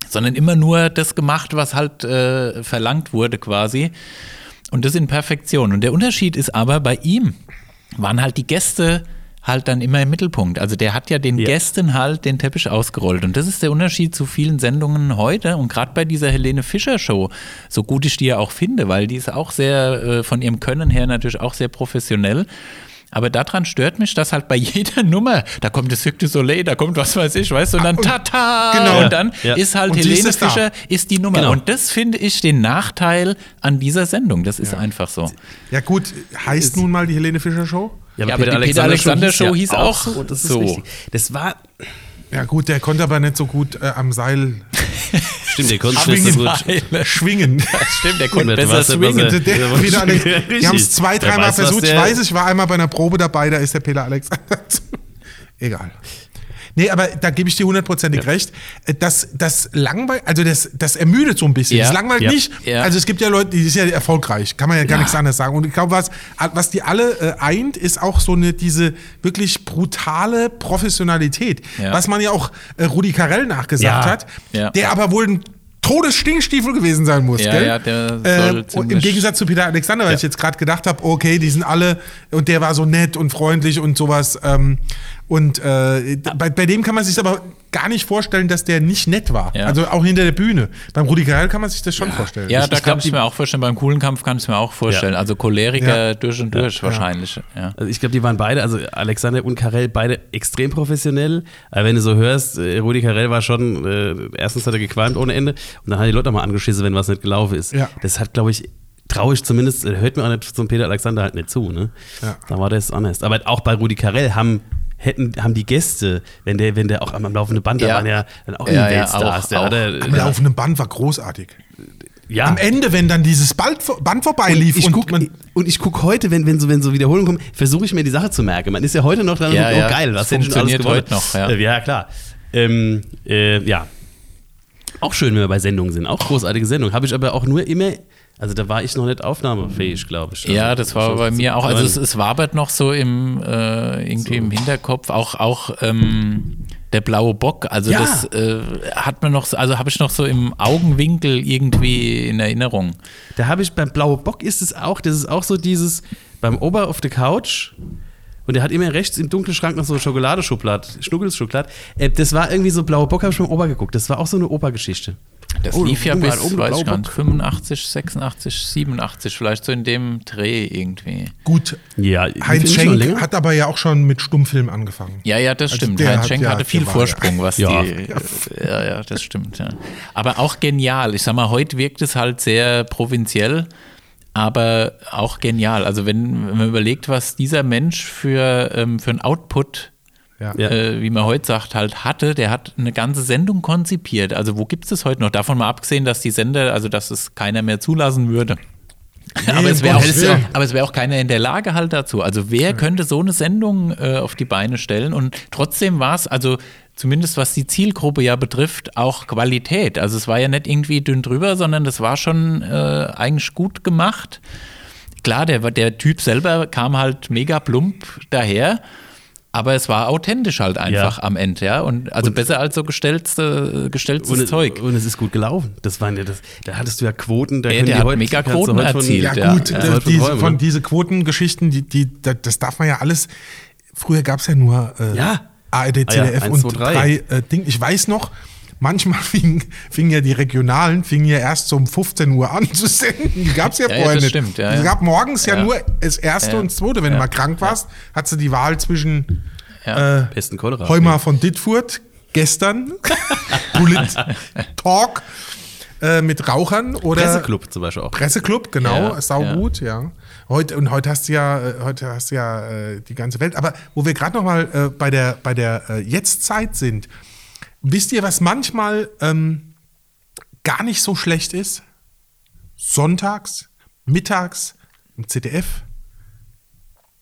S2: sondern immer nur das gemacht, was halt äh, verlangt wurde quasi. Und das in Perfektion. Und der Unterschied ist aber bei ihm, waren halt die Gäste halt dann immer im Mittelpunkt. Also der hat ja den
S3: Ja.
S2: Gästen halt den Teppich ausgerollt. Und das ist der Unterschied zu vielen Sendungen heute. Und gerade bei dieser Helene Fischer Show, so gut ich die ja auch finde, weil die ist auch sehr, äh, von ihrem Können her natürlich auch sehr professionell. Aber daran stört mich, dass halt bei jeder Nummer, da kommt das Cirque du Soleil, da kommt was weiß ich, weißt du, und dann
S1: und-
S2: Tata!
S1: genau.
S2: Und dann
S3: Ah, Ja.
S2: ist halt
S1: Und sie ist
S2: Helene
S1: es da.
S2: Fischer, ist die Nummer.
S3: Genau.
S2: Und das finde ich den Nachteil an dieser Sendung. Das ist einfach so.
S1: Ja gut, heißt nun mal die Helene Fischer Show?
S2: Ja, aber die Peter-Alexander-Show hieß auch
S3: so, und das ist
S2: so.
S3: richtig. Das war,
S1: Ja gut, der konnte aber nicht so gut äh, am Seil
S3: stimmt, der konnte
S1: Schwingen.
S3: nicht so gut.
S1: schwingen.
S2: Stimmt, der konnte
S3: Mit
S2: besser
S3: was-
S2: swingen.
S3: was-
S1: Der, der, wieder Alex, die
S3: Richtig.
S1: haben es zwei,
S3: Wer
S1: dreimal
S3: weiß, was
S1: versucht. Ich
S3: der-
S1: weiß, ich war einmal bei einer Probe dabei, da ist der Peter Alexander zu. Egal. Nee, aber da gebe ich dir hundertprozentig recht. Das, das langweilt, also das, das ermüdet so ein bisschen.
S2: Ja.
S1: Das langweilt
S3: Ja.
S1: nicht.
S2: Ja.
S1: Also es gibt ja Leute, die sind ja erfolgreich, kann man ja gar nichts anderes sagen. Und ich glaube, was, was die alle äh, eint, ist auch so eine, diese wirklich brutale Professionalität.
S2: Ja.
S1: Was man ja auch äh, Rudi Carell nachgesagt
S3: Ja.
S1: hat,
S2: Ja.
S1: der aber wohl ein Todesstinkstiefel gewesen sein muss.
S2: Ja,
S1: gell?
S2: ja, der soll
S1: äh, und Im
S2: ziemlich-
S1: Gegensatz zu Peter Alexander, weil ich jetzt gerade gedacht habe, okay, die sind alle und der war so nett und freundlich und sowas. Ähm, und äh, bei, bei dem kann man sich aber gar nicht vorstellen, dass der nicht nett war.
S2: Ja.
S1: Also auch hinter der Bühne. Beim Rudi Carell kann man sich das schon vorstellen.
S2: Ja,
S1: Äh, Ich-
S2: da
S1: ich
S2: kann
S1: glaub,
S2: ich mir auch vorstellen, beim coolen Kampf kann ich mir auch vorstellen.
S3: Ja.
S2: Also Choleriker
S1: Ja.
S2: durch und durch wahrscheinlich. Ja.
S3: Also ich glaube, die waren beide, also Alexander und Karel, beide extrem professionell. Aber wenn du so hörst, äh, Rudi Karel war schon, äh, erstens hat er gequalmt ohne Ende und dann hat er die Leute nochmal angeschissen, wenn was nicht gelaufen ist.
S1: Ja.
S3: Das hat, glaube ich, traurig zumindest, äh, hört mir auch nicht zum Peter Alexander halt nicht zu. Ne?
S1: Ja.
S3: Da war das anders. Aber auch bei Rudi Karel haben, hätten, haben die Gäste, wenn der, wenn der auch am, am laufenden Band,
S2: Ja.
S3: da waren ja dann auch
S2: Ja, ja,
S3: die Weltstars.
S2: auch-
S3: der
S2: auch.
S3: hatte-
S1: Am laufenden Band war großartig.
S3: ja.
S1: Am Ende, wenn dann dieses Band, Band vorbeilief
S3: ich guck,
S1: man.
S3: und ich guck heute, wenn, wenn, so, wenn so Wiederholungen kommen, versuche ich mir die Sache zu merken. Man ist ja heute noch dran
S2: Ja,
S3: und guckt,
S2: ja,
S3: oh geil, was
S2: das
S3: hätte ich schon alles
S2: funktioniert
S3: gewonnen?
S2: heute noch, ja.
S3: Äh, ja klar. Ähm, äh, ja. Auch schön, wenn wir bei Sendungen sind. Auch großartige Sendung. Habe ich aber auch nur immer, also da war ich noch nicht aufnahmefähig, glaube ich.
S2: Ja,
S3: Also,
S2: das war bei mir auch. Also
S3: Nein.
S2: es, es wabert noch so im äh, irgendwie im Hinterkopf. Auch auch ähm, der blaue Bock. Also
S3: Ja.
S2: das äh, hat man noch. so- Also habe ich noch so im Augenwinkel irgendwie in Erinnerung.
S3: Da habe ich beim Blaue Bock ist es auch, das ist auch so dieses beim Ober auf der Couch. Und er hat immer rechts im dunklen Schrank noch so Schokoladeschublad, Schnuckelschokolad. Äh, das war irgendwie so Blaue Bock, habe ich beim Ober geguckt. Das war auch so eine Obergeschichte.
S2: Das
S3: Oh,
S2: lief ja
S3: oh,
S2: bis,
S3: oh,
S2: weiß ich
S3: Blaue
S2: gar nicht,
S3: Bock.
S2: 85, 86, 87, vielleicht so in dem Dreh irgendwie.
S1: Gut,
S3: Ja,
S1: Heinz
S3: ich finde schon
S1: Schenk
S3: länger.
S1: hat aber ja auch schon mit Stummfilm angefangen.
S2: Ja, ja, das
S1: Also
S2: stimmt.
S1: der
S2: Heinz
S1: hat
S2: Schenk
S1: ja-
S2: hatte viel
S1: der war-
S2: Vorsprung, was
S3: Ja.
S2: die. Ja, ja, das stimmt. Ja. Aber auch genial. Ich sag mal, heute wirkt es halt sehr provinziell, aber auch genial. Also, wenn, wenn man überlegt, was dieser Mensch für, ähm, für ein Output
S1: Ja.
S3: Ja.
S2: äh, wie man heute sagt, halt hatte, der hat eine ganze Sendung konzipiert. Also wo gibt es das heute noch? Davon mal abgesehen, dass die Sender, also dass es keiner mehr zulassen würde. aber, es wäre
S1: um
S2: auch,
S1: Gottes Willen.
S2: aber es wäre auch keiner in der Lage halt dazu. Also wer könnte so eine Sendung äh, auf die Beine stellen? Und trotzdem war es, also zumindest was die Zielgruppe ja betrifft, auch Qualität. Also es war ja nicht irgendwie dünn drüber, sondern das war schon äh, eigentlich gut gemacht. Klar, der, der Typ selber kam halt mega plump daher. Aber es war authentisch halt einfach am Ende, ja. Und also besser als so gestellte, gestelltes
S3: Und, es-
S2: Zeug.
S3: und es ist gut gelaufen. Das waren ja das, da hattest du ja Quoten, da
S2: Ja,
S3: können
S2: der
S3: die
S2: hat
S3: heute,
S2: mega
S3: kannst du
S2: Quoten
S3: heute von-
S2: erzielt,
S3: Ja,
S1: Ja, gut,
S3: ja.
S1: das-
S3: Soll von
S1: diese,
S3: träumen.
S1: von diese Quotengeschichten, die, die, da- das darf man ja alles. Früher gab es ja nur äh,
S3: Ja.
S1: ARD,
S3: Ah ja,
S1: ZDF
S3: eins,
S1: und
S3: zwei, drei.
S1: drei äh, Dinge. Ich weiß noch, manchmal fingen fingen ja die Regionalen fingen ja erst um 15 Uhr an zu senden. Die gab es ja,
S2: Ja, ja,
S1: vorher
S2: das
S1: nicht.
S2: stimmt, ja,
S1: es
S2: ja.
S1: gab morgens ja,
S2: Ja.
S1: nur das erste
S2: Ja.
S1: und das zweite. Wenn du
S2: Ja.
S1: mal krank warst, hattest du die Wahl zwischen
S2: Ja.
S1: äh,
S3: Besten Cholera.
S1: Heumer von Dittfurt gestern, Bullet Talk äh, mit Rauchern oder
S3: Presseclub zum Beispiel auch.
S1: Presseclub, genau,
S2: Ja,
S1: sau
S2: ja.
S1: gut, ja. Heute, und heute hast du ja, äh, heute hast du ja äh, die ganze Welt. Aber wo wir gerade nochmal äh, bei der, bei der äh, Jetztzeit sind, wisst ihr, was manchmal ähm, gar nicht so schlecht ist? Sonntags, mittags, im ZDF,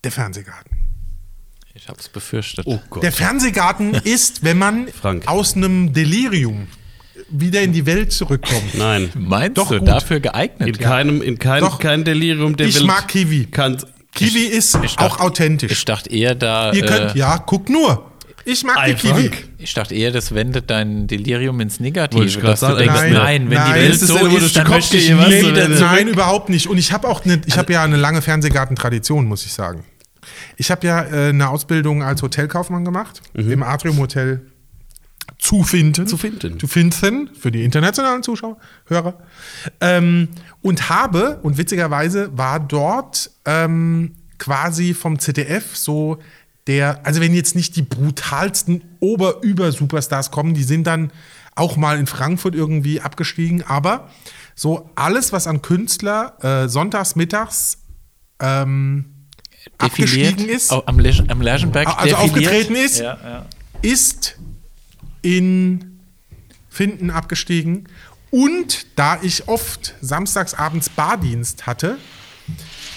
S1: der Fernsehgarten.
S2: Ich hab's befürchtet.
S3: Oh Gott.
S1: Der Fernsehgarten ist, wenn man
S3: Frank.
S1: aus einem Delirium wieder in die Welt zurückkommt.
S3: Nein.
S2: Meinst
S1: Doch
S2: du,
S1: gut.
S2: dafür
S3: In
S2: geeignet?
S3: keinem, in keinem,
S1: Doch.
S3: kein Delirium der
S1: Ich
S3: Welt
S1: mag Kiwi.
S3: Kann,
S1: Kiwi ist
S2: ich
S1: auch
S2: dachte-
S1: authentisch.
S2: Ich dachte eher, da.
S1: Ihr könnt,
S2: äh,
S1: ja, guckt nur. Ich mag die
S3: Ei,
S1: Kiwi.
S3: Frank.
S2: Ich dachte eher, das wendet dein Delirium ins Negative.
S3: Wollte ich grad
S2: Dass du
S3: sagen,
S2: denkst,
S1: nein,
S2: nein, wenn
S1: nein.
S2: die Welt
S1: Das
S3: ist
S2: so
S3: denn, wo du
S2: ist, dann
S3: Kopf
S2: möchte ich
S3: gehen
S2: immer
S3: willst,
S2: so
S3: oder?
S2: dazu.
S1: Nein, überhaupt nicht. Und ich habe auch eine, ich
S2: Also
S1: habe ja eine lange Fernsehgartentradition, muss ich sagen. Ich habe ja äh, eine Ausbildung als Hotelkaufmann gemacht
S2: Mhm.
S1: im Atrium Hotel zu finden.
S3: Zu finden.
S1: Zu finden, für die internationalen Zuschauer, Hörer. Ähm, und habe, und witzigerweise war dort ähm, quasi vom ZDF so der, also wenn jetzt nicht die brutalsten Ober-Über-Superstars kommen, die sind dann auch mal in Frankfurt irgendwie abgestiegen, aber so alles, was an Künstler äh, sonntags, mittags ähm, abgestiegen ist,
S2: Au- Oh, Am, Lesch, am Lerschenberg
S1: also
S2: defiliert.
S1: aufgetreten ist,
S2: Ja, ja.
S1: ist in Finden abgestiegen. Und da ich oft samstagsabends Bardienst hatte,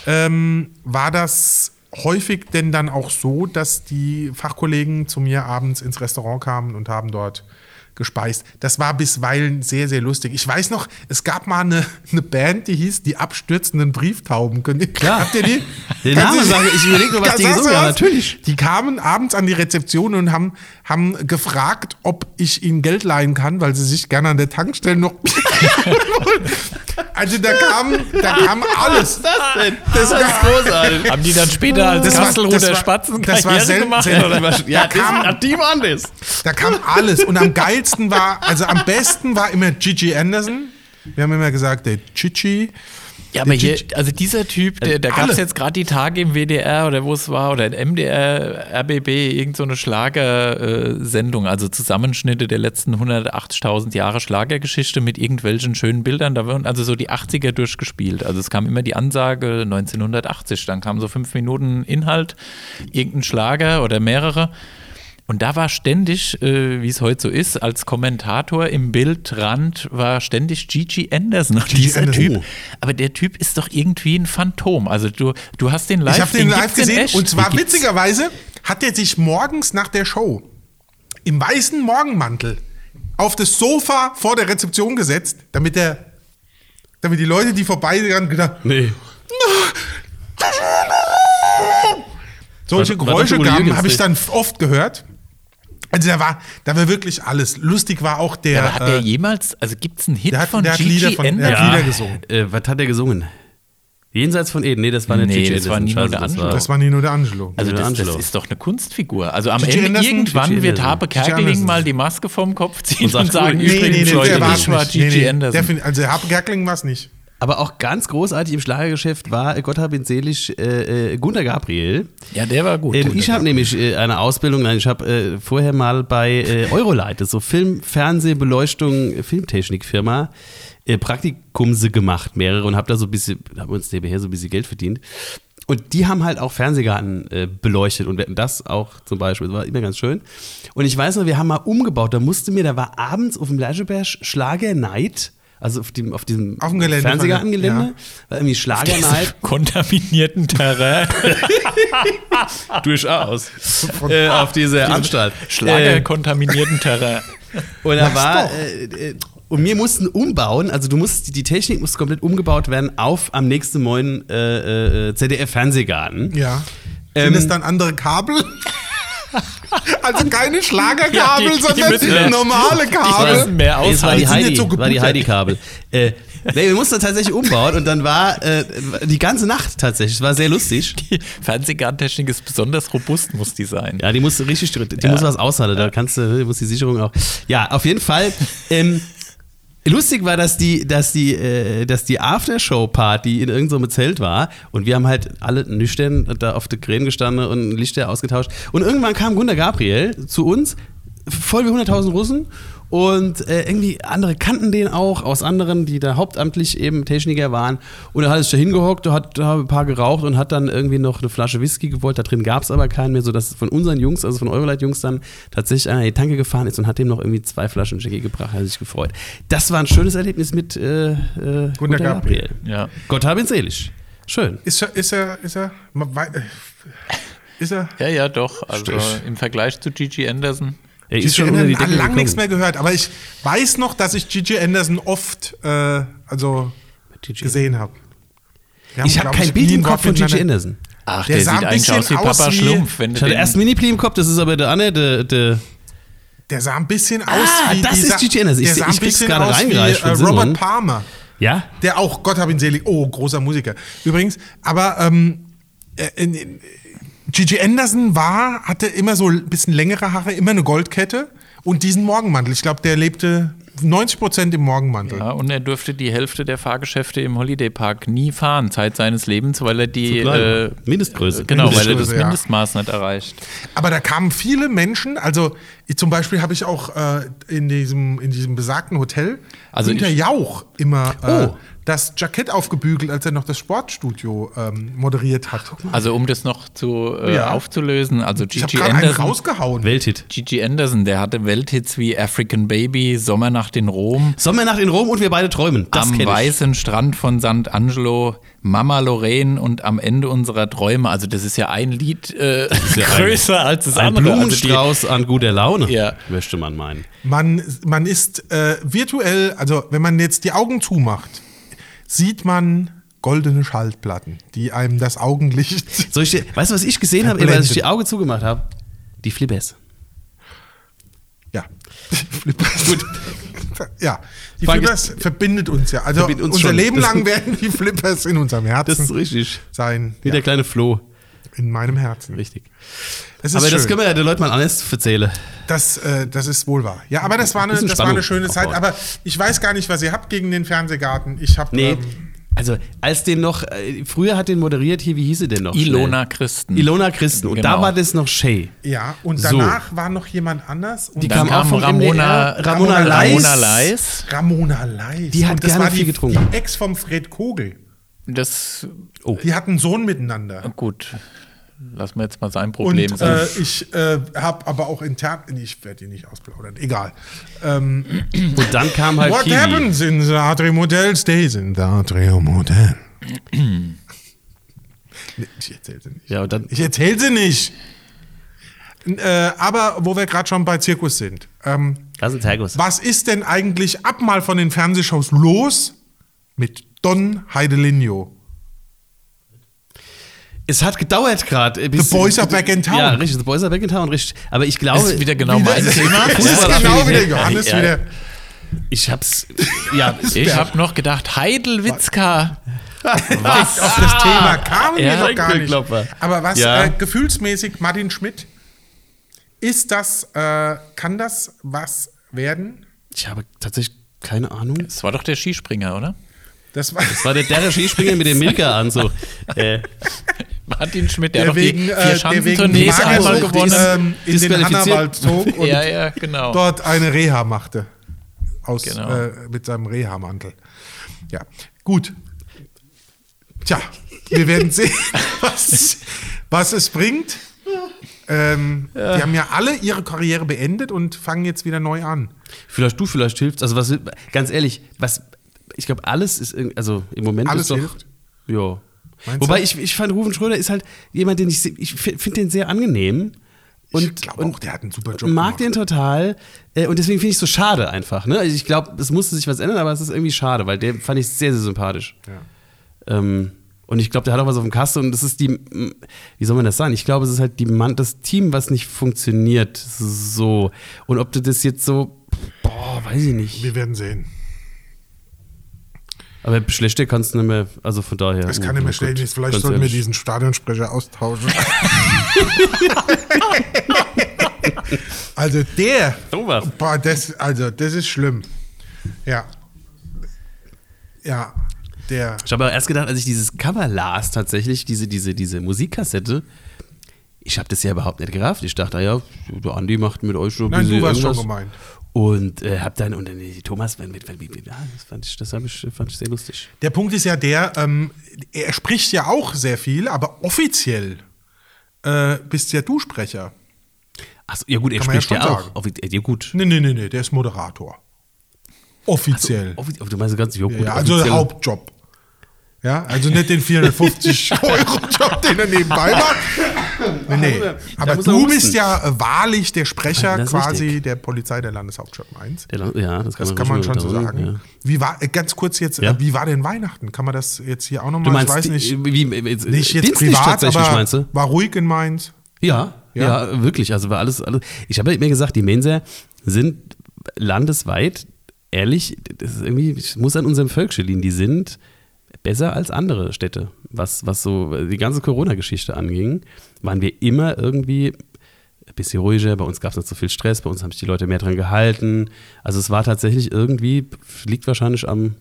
S1: ähm, war das häufig denn dann auch so, dass die Fachkollegen zu mir abends ins Restaurant kamen und haben dort gespeist. Das war bisweilen sehr, sehr lustig. Ich weiß noch, es gab mal eine, eine Band, die hieß Die abstürzenden Brieftauben. Könnt ihr,
S3: Klar.
S1: Habt ihr die? Kannst
S3: Den Namen
S1: du-
S3: sage ich, ich überleg nur, was die
S1: Sagst du
S3: gesungen haben,
S1: was?
S3: natürlich.
S1: Die kamen abends an die Rezeption und haben, haben gefragt, ob ich ihnen Geld leihen kann, weil sie sich gerne an der Tankstelle noch. also da kam, da kam alles.
S3: Das ist großartig.
S2: Haben die dann später als
S1: Das war- das
S2: Kasselruder
S1: war-
S2: Spatzen
S1: das war
S2: Karriere
S1: selten-
S2: gemacht?
S1: selten.
S2: Oder was?
S3: Ja,
S1: Da kam-
S3: das, die waren das.
S1: Da kam alles. Und am geilsten war, also am besten war immer Gigi Anderson. Wir haben immer gesagt, der Chichi.
S2: Ja, aber
S1: Der
S2: hier,
S1: Typ-
S2: also dieser Typ, der, da
S1: alle.
S2: gab es jetzt gerade die Tage im WDR oder wo es war oder im MDR, RBB, irgend so eine Schlager-Sendung, also Zusammenschnitte der letzten 180.000 Jahre Schlagergeschichte mit irgendwelchen schönen Bildern. Da wurden also so die 80er durchgespielt. Also es kam immer die Ansage 1980, dann kam so fünf Minuten Inhalt, irgendein Schlager oder mehrere. Und da war ständig, äh, wie es heute so ist, als Kommentator im Bildrand war ständig Gigi Anderson. Und dieser
S1: Anderson.
S2: Typ, aber der Typ ist doch irgendwie ein Phantom. Also du, du hast den live
S1: Ich habe den live
S2: gibt's in
S1: gesehen
S2: echt.
S1: und zwar
S2: Den gibt's-
S1: witzigerweise hat er sich morgens nach der Show im weißen Morgenmantel auf das Sofa vor der Rezeption gesetzt, damit der, damit die Leute, die vorbeigegangen, gedacht,
S3: Nee.
S1: solche
S3: War- war
S1: Geräusche
S3: doch Udo
S1: gaben,
S3: Jürgens,
S1: habe ich
S3: ne?
S1: dann oft gehört. Also da war, da war wirklich alles. Lustig war auch der.
S2: Aber hat der
S1: äh,
S2: jemals, also gibt es einen Hit
S1: der hat-
S2: von
S1: der hat
S2: Gigi
S1: Lieder von-
S2: Anderson?
S1: der hat Lieder gesungen.
S3: Äh, was hat er gesungen? Jenseits von Eden. Nee, das war nicht
S2: Nee,
S3: Gigi
S2: das war Nino
S3: Anderson. Scheiße,
S2: de Angelo.
S1: das war Nino D'Angelo.
S2: Also das, das
S3: Michelangelo.
S2: ist doch eine Kunstfigur. Also am
S1: Gigi
S2: Ende
S1: Anderson?
S2: irgendwann
S3: Gigi
S2: wird
S3: Anderson.
S2: Harpe
S1: Gigi
S2: Kerkeling
S1: Anderson.
S2: mal die Maske vom Kopf ziehen und,
S3: sagt,
S2: sagen,
S3: cool,
S2: übrigens
S1: der
S2: Leute,
S1: war's
S2: ich war
S1: nicht. Nee,
S2: Gigi
S1: nee,
S2: Anderson.
S1: defin- Also Herr Gerkling war es nicht.
S3: Aber auch ganz großartig im Schlagergeschäft war, äh, Gott hab ihn selig, äh, äh, Gunter Gabriel.
S2: Ja, der war gut.
S3: Ähm, ich habe nämlich äh, eine Ausbildung, nein, ich habe äh, vorher mal bei äh, Eurolight, das ist so Film, Fernseh, Beleuchtung, äh, Filmtechnikfirma, äh, Praktikumse gemacht, mehrere und habe da so ein bisschen, haben uns nebenher so ein bisschen Geld verdient. Und die haben halt auch Fernsehgarten äh, beleuchtet und das auch zum Beispiel, das war immer ganz schön. Und ich weiß noch, wir haben mal umgebaut, da musste mir, da war abends auf dem Leischeberg Schlager Night, also auf, dem, auf diesem
S1: Auf dem Gelände
S3: Fernsehgartengelände,
S1: von
S3: war irgendwie Schlager halt
S2: Kontaminierten Terrain.
S3: durchaus äh,
S1: Ah.
S3: auf diese Anstalt. Äh,
S2: Schlagerkontaminierten Terrain.
S3: Und da
S1: Mach's
S3: war.
S1: doch.
S3: Äh, äh, und wir mussten umbauen, also du musst, die- die Technik musste komplett umgebaut werden auf am nächsten neuen äh, äh, ZDF-Fernsehgarten.
S1: Ja.
S3: Ähm,
S1: Sind es dann andere Kabel? also keine Schlagerkabel,
S2: Ja, die- die müssen
S1: sondern
S2: wir-
S1: normale Kabel.
S2: müssen mehr
S3: Nee, es war die
S1: Die
S2: aushalten.
S1: sind
S3: Heidi,
S1: jetzt so
S3: war die
S1: gepudert.
S3: Heidi Kabel. äh, nee, wir mussten tatsächlich umbauen und dann war äh, die ganze Nacht tatsächlich, es war sehr lustig.
S2: Die Fernsehgartentechnik ist besonders robust, muss die sein.
S3: Ja, die muss richtig, die muss was aushalten, da kannst du, die muss die Sicherung auch. Ja, auf jeden Fall. Ähm, lustig war, dass die, dass die, äh, dass die Aftershow-Party in irgendeinem Zelt war und wir haben halt alle nüchtern da auf der Krähen gestanden und Lichter ausgetauscht. Und irgendwann kam Gunter Gabriel zu uns, voll wie 100.000 Russen. Und äh, irgendwie andere kannten den auch aus anderen, die da hauptamtlich eben Techniker waren. Und er hat sich da hingehockt, hat da ein paar geraucht und hat dann irgendwie noch eine Flasche Whisky gewollt. Da drin gab es aber keinen mehr, sodass von unseren Jungs, also von Eurolight-Jungs, dann tatsächlich einer in die Tanke gefahren ist und hat dem noch irgendwie zwei Flaschen Jackie gebracht, hat sich gefreut. Das war ein schönes Erlebnis mit äh, äh, Gunter,
S1: Gabriel.
S3: Gabriel.
S2: Ja.
S3: Gott hab ihn selig. Schön.
S1: Ist er, ist er, ist er, ma- wei- äh, ist er.
S2: Ja, ja, doch. Also
S1: Stich.
S2: im Vergleich zu Gigi Anderson.
S3: Er
S1: Ich habe lang
S3: gekommen.
S1: nichts mehr gehört, aber ich weiß noch, dass ich Gigi Anderson oft äh, also
S3: Gigi.
S1: gesehen habe. Wir haben,
S3: Ich habe
S1: glaub
S3: kein Bild
S1: nie
S3: im
S1: ein
S3: Kopf
S1: Wort
S3: von Gigi
S1: miteinander-
S3: Anderson.
S2: Ach,
S1: Der
S2: der,
S1: sah
S2: sieht
S1: ein
S2: eigentlich
S1: bisschen
S2: aus wie
S1: aus
S2: Papa
S1: wie-
S2: Schlumpf. Wenn du
S3: Ich hatte
S2: den-
S3: erst einen Mini-Pli im Kopf, das ist aber der andere, der, der
S1: Der sah ein bisschen aus
S3: Ah,
S1: wie
S3: das ist
S1: dieser,
S3: Gigi Anderson. Ich
S1: Der
S3: seh-
S1: sah
S3: ich
S1: ein
S3: krieg's
S1: bisschen
S3: gerade
S1: aus wie
S3: reingereicht
S1: äh,
S3: von Simon.
S1: Robert Palmer.
S3: Ja?
S1: Der auch, Gott hab ihn selig, oh, großer Musiker. Übrigens, aber ähm, äh, in, in, Gigi Anderson war, hatte immer so ein bisschen längere Haare, immer eine Goldkette und diesen Morgenmantel. Ich glaube, der lebte 90 Prozent im Morgenmantel.
S2: Ja, und er durfte die Hälfte der Fahrgeschäfte im Holiday Park nie fahren, Zeit seines Lebens, weil er die.
S3: Zu klein.
S2: Äh,
S3: Mindestgröße.
S2: Genau, weil er das
S1: Mindestgröße, ja.
S2: Mindestmaß nicht erreicht.
S1: Aber da kamen viele Menschen, also ich, zum Beispiel habe ich auch äh, in, diesem, in diesem besagten Hotel
S2: Also
S1: Günter
S2: ich-
S1: Jauch immer äh,
S3: Oh.
S1: das Jackett aufgebügelt, als er noch das Sportstudio ähm, moderiert hat.
S2: Also um das noch zu äh,
S1: Ja.
S2: aufzulösen, also
S1: ich habe
S2: Gigi
S1: gerade einen
S2: Anderson,
S1: rausgehauen.
S3: Welthit.
S2: Gigi Anderson, der hatte Welthits wie African Baby, Sommernacht in Rom,
S3: Sommernacht in Rom und wir beide träumen. Das
S2: am
S3: kenn ich.
S2: weißen Strand von Sant'Angelo, Mama Lorraine und am Ende unserer Träume. Also das ist ja ein Lied äh,
S3: ja ein-
S2: größer als das
S3: Ein
S2: andere. Also die,
S3: Blumenstrauß an guter Laune,
S2: Ja.
S3: möchte man meinen.
S1: Man, man ist äh, virtuell, also wenn man jetzt die Augen zumacht, sieht man goldene Schallplatten, die einem das Augenlicht.
S3: Soll ich dir, weißt du, was ich gesehen habe,
S1: Verblendet.
S3: als ich die Augen zugemacht habe? Die Flippers.
S1: Ja. Gut. Ja, die
S3: Frage
S1: Flippers verbindet uns ja. Also
S3: Verbindet uns
S1: unser
S3: schon.
S1: Leben
S3: Das-
S1: lang werden die Flippers in unserem Herzen
S3: richtig.
S1: sein.
S3: Wie
S1: Ja,
S3: der kleine Floh.
S1: in meinem Herzen.
S3: Richtig.
S1: Das ist
S3: Aber
S1: schön.
S3: das können wir ja den Leuten mal anders erzählen.
S1: Das, äh, das ist wohl wahr. Ja, aber das war eine,
S3: Bisschen
S1: das war eine
S3: Spannung Oh
S1: schöne Zeit.
S3: aufbauen.
S1: Aber ich weiß gar nicht, was ihr habt gegen den Fernsehgarten. Ich habe
S3: Nee.
S1: ähm,
S3: Also, als den noch, äh, früher hat den moderiert hier, wie hieß sie denn noch?
S2: Ilona Christen.
S3: Schnell. Ilona Christen. Und da
S2: Genau.
S3: war das noch Shay.
S1: ja, und
S3: So.
S1: danach war noch jemand anders. Und
S3: Die
S2: Dann
S3: kam, auch
S2: kam
S3: von
S2: Ramona-
S3: MDR, Ramona,
S1: Ramona
S3: Leis.
S2: Ramona Leis.
S1: Ramona Leis.
S3: Die hat
S1: Und das
S3: gerne
S1: war
S3: viel
S1: die,
S3: getrunken.
S1: Die Ex vom Fred Kogel.
S2: Das,
S3: Oh.
S1: Die hatten einen Sohn miteinander.
S2: gut, lassen wir jetzt mal sein Problem
S1: Und
S2: sein.
S1: äh, ich äh, habe aber auch intern. nee, Ich werde die nicht ausplaudern. Egal. Ähm,
S3: Und dann kam halt
S1: what
S3: Kiwi.
S1: happens in the Atrium Hotel stays in the Atrium Hotel. nee, ich erzähle sie nicht.
S3: Ja, und dann,
S1: Ich erzähle sie nicht. N- Äh, aber wo wir gerade schon bei Zirkus sind. Ähm,
S3: das ist ein Tergus.
S1: Was ist denn eigentlich ab mal von den Fernsehshows los mit Don Heidelinho?
S3: Es hat gedauert gerade. äh, bis-
S1: The Boys Are Back in Town.
S3: Ja, richtig. The Boys are back in town, richtig. Aber ich glaube.
S2: ist wieder genau mein
S1: das
S2: Thema.
S1: ist
S3: Ja,
S1: genau
S3: ja,
S1: wie der
S3: ja,
S1: Johannes
S3: ja.
S1: wieder.
S3: Ich hab's. Ja,
S2: Ich habe noch gedacht, Heidelwitzka.
S1: Was? Auf das Thema kamen
S2: Ja,
S1: wir doch gar nicht.
S3: Dunkelklopfer.
S1: Aber was
S3: Ja.
S1: äh, gefühlsmäßig Martin Schmidt, ist das, äh, kann das was werden?
S3: Ich habe tatsächlich keine Ahnung.
S2: Das war doch der Skispringer, oder?
S1: Das war,
S3: Das war der derre Skispringer mit dem Milka-Anzug. Äh,
S2: Martin Schmidt, der,
S1: der
S2: hat doch
S1: wegen,
S2: die
S1: äh,
S2: vier
S1: der wegen
S2: Schanzentournees einmal
S1: Magersucht
S2: gewonnen.
S1: ähm, in den
S3: Disqualifiziert.
S1: Hannawald zog und
S2: ja, ja, genau.
S1: dort eine Reha machte. Aus,
S2: Genau.
S1: äh, mit seinem Reha-Mantel. Ja, gut. Tja, wir werden sehen, was, was es bringt. Ähm, Die haben ja alle ihre Karriere beendet und fangen jetzt wieder neu an.
S3: vielleicht du, vielleicht hilft's. Also, was, ganz ehrlich, was. ich glaube, alles ist, irg- also im Moment
S1: Alles
S3: ist doch.
S1: hilft?
S3: Ja.
S1: Meinst
S3: Wobei
S1: du?
S3: ich, ich fand, Rufen Schröder ist halt jemand, den ich, se- ich finde den sehr angenehm. Und,
S1: ich glaube
S3: und
S1: auch, der hat einen super Job
S3: mag
S1: gemacht.
S3: den total. Äh, und deswegen finde ich es so schade einfach. Ne? Also Ich glaube, es musste sich was ändern, aber es ist irgendwie schade, weil den fand ich sehr, sehr sympathisch.
S1: Ja.
S3: Ähm, und ich glaube, der hat auch was auf dem Kasten und das ist die, m, wie soll man das sagen? Ich glaube, es ist halt die Mann, das Team, was nicht funktioniert. So. Und ob du das jetzt so, boah, weiß ich nicht.
S1: Wir werden sehen.
S3: Aber schlechter kannst du nicht mehr, also von daher.
S1: Das kann ich mir stellen. Jetzt vielleicht sollten wir diesen Stadionsprecher austauschen. also der,
S3: Thomas.
S1: boah, das, also das ist schlimm. Ja, ja, der.
S3: Ich habe aber erst gedacht, als ich dieses Cover las, tatsächlich, diese, diese, diese Musikkassette, ich habe das ja überhaupt nicht gerafft. Ich dachte, ah ja, der Andi macht mit euch so ein
S1: Nein,
S3: bisschen
S1: du warst schon
S3: irgendwas.
S1: gemeint.
S3: Und äh, hab dann, und dann die Thomas, mit, mit, mit, mit, ja, das fand ich, das hab ich, fand ich sehr lustig.
S1: Der Punkt ist ja der, ähm, er spricht ja auch sehr viel, aber offiziell äh, bist ja du Sprecher.
S3: Achso, ja gut, er
S1: Kann man ja
S3: spricht ja,
S1: schon
S3: auch.
S1: sagen.
S3: Auf, ja gut.
S1: Nee, nee, nee, nee, der ist Moderator. Offiziell.
S3: Auf, auf, du meinst ganz, ja, gut,
S1: ja, also
S3: Also, offiziell-
S1: Hauptjob. Ja, also nicht den 450-Euro-Job, den er nebenbei macht. Nee, nee. Aber
S3: muss er
S1: du
S3: husten.
S1: bist ja äh, wahrlich der Sprecher
S3: Das ist
S1: quasi
S3: richtig.
S1: der Polizei der Landeshauptstadt Mainz.
S3: Der Lang- Ja, das kann,
S1: Das kann man schon so
S3: wiederholen,
S1: sagen.
S3: Ja.
S1: Wie war, äh, ganz kurz jetzt, äh,
S3: Ja?
S1: wie war denn Weihnachten? Kann man das jetzt hier auch
S3: Du
S1: nochmal, ich
S3: meinst,
S1: weiß nicht,
S3: die- wie, wie, jetzt,
S1: nicht jetzt
S3: dienstlich
S1: privat,
S3: tatsächlich, meinst
S1: aber
S3: du?
S1: war ruhig in Mainz.
S3: Ja,
S1: Ja.
S3: ja, wirklich. Also war alles, alles. Ich habe mir gesagt, die Menser sind landesweit, ehrlich, das ist irgendwie, ich muss an unserem Völkchen liegen, die sind besser als andere Städte, was, was so die ganze Corona-Geschichte anging, waren wir immer irgendwie ein bisschen ruhiger, bei uns gab es nicht so viel Stress, bei uns haben sich die Leute mehr dran gehalten. Also es war tatsächlich irgendwie, liegt wahrscheinlich am,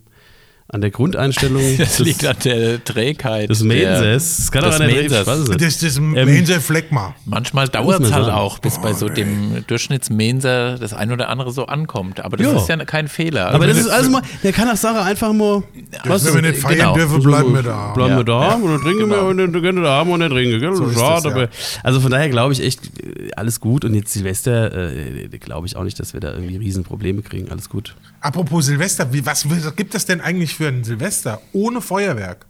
S3: an der Grundeinstellung.
S2: Das
S3: des-
S2: liegt an der Trägheit.
S3: des
S2: der-
S3: Mensers. Das kann auch
S2: des
S3: an der- ich
S2: Mensers.
S3: weiß es nicht.
S1: Das ist das
S3: Ähm,
S1: Mainzer Fleckma.
S2: Manchmal dauert es
S3: man
S2: halt
S3: sagen.
S2: auch, bis bei so
S1: Boah,
S2: dem Durchschnittsmenser das ein oder andere so ankommt. Aber das
S3: Ja.
S2: ist ja kein Fehler.
S3: Aber das
S2: Also
S3: ist alles mal, der kann auch Sache einfach mal.
S1: Das, wenn wir nicht feiern
S2: genau.
S1: dürfen, bleiben wir da.
S3: Bleiben
S2: Ja.
S3: wir da
S2: Ja.
S3: und dann trinken
S2: Genau.
S3: wir und dann können wir da haben und dann trinken. Gell?
S1: So ist
S3: Schade,
S1: das, ja.
S3: aber- Also von daher glaube ich echt, äh, alles gut. Und jetzt Silvester äh, glaube ich auch nicht, dass wir da irgendwie Riesenprobleme kriegen. Alles gut.
S1: Apropos Silvester, wie, was, was gibt es denn eigentlich für ein Silvester ohne Feuerwerk?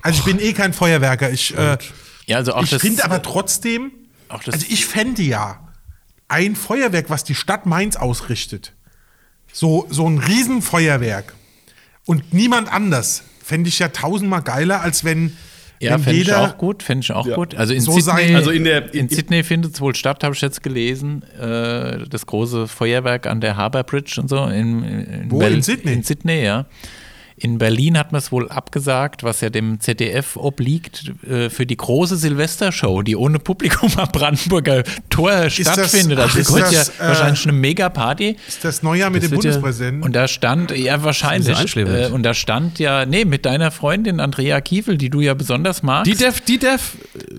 S1: Also ich bin eh kein Feuerwerker. Ich, äh,
S2: Ja, also auch
S1: ich
S2: das-
S1: finde aber trotzdem,
S2: Auch das-
S1: also ich fände ja ein Feuerwerk, was die Stadt Mainz ausrichtet, so, so ein Riesenfeuerwerk und niemand anders, fände ich ja tausendmal geiler, als wenn,
S2: Ja,
S1: wenn
S2: fände ich
S1: jeder...
S2: auch gut, fände ich auch gut. Also in
S1: So
S2: Sydney,
S1: sein- also
S3: in der-
S2: in
S3: in-
S2: Sydney findet es wohl statt, habe ich jetzt gelesen, äh, das große Feuerwerk an der Harbour Bridge und so. In, in
S1: Wo? In Sydney?
S2: In Sydney, ja. In Berlin hat man es wohl abgesagt, was ja dem ZDF obliegt, äh, für die große Silvestershow, die ohne Publikum am Brandenburger Tor stattfindet.
S1: ach,
S2: Also
S1: ist
S2: das wird ja
S1: das, äh,
S2: wahrscheinlich eine Mega-Party.
S1: Ist das Neujahr mit
S3: Das
S1: dem
S3: wird ja-
S1: Bundespräsidenten?
S2: Und da stand, ja wahrscheinlich,
S3: Das ist so einschläfernd.
S2: äh, und da stand ja, nee, mit deiner Freundin Andrea Kiefel, die du ja besonders magst.
S3: Die Def, die Def.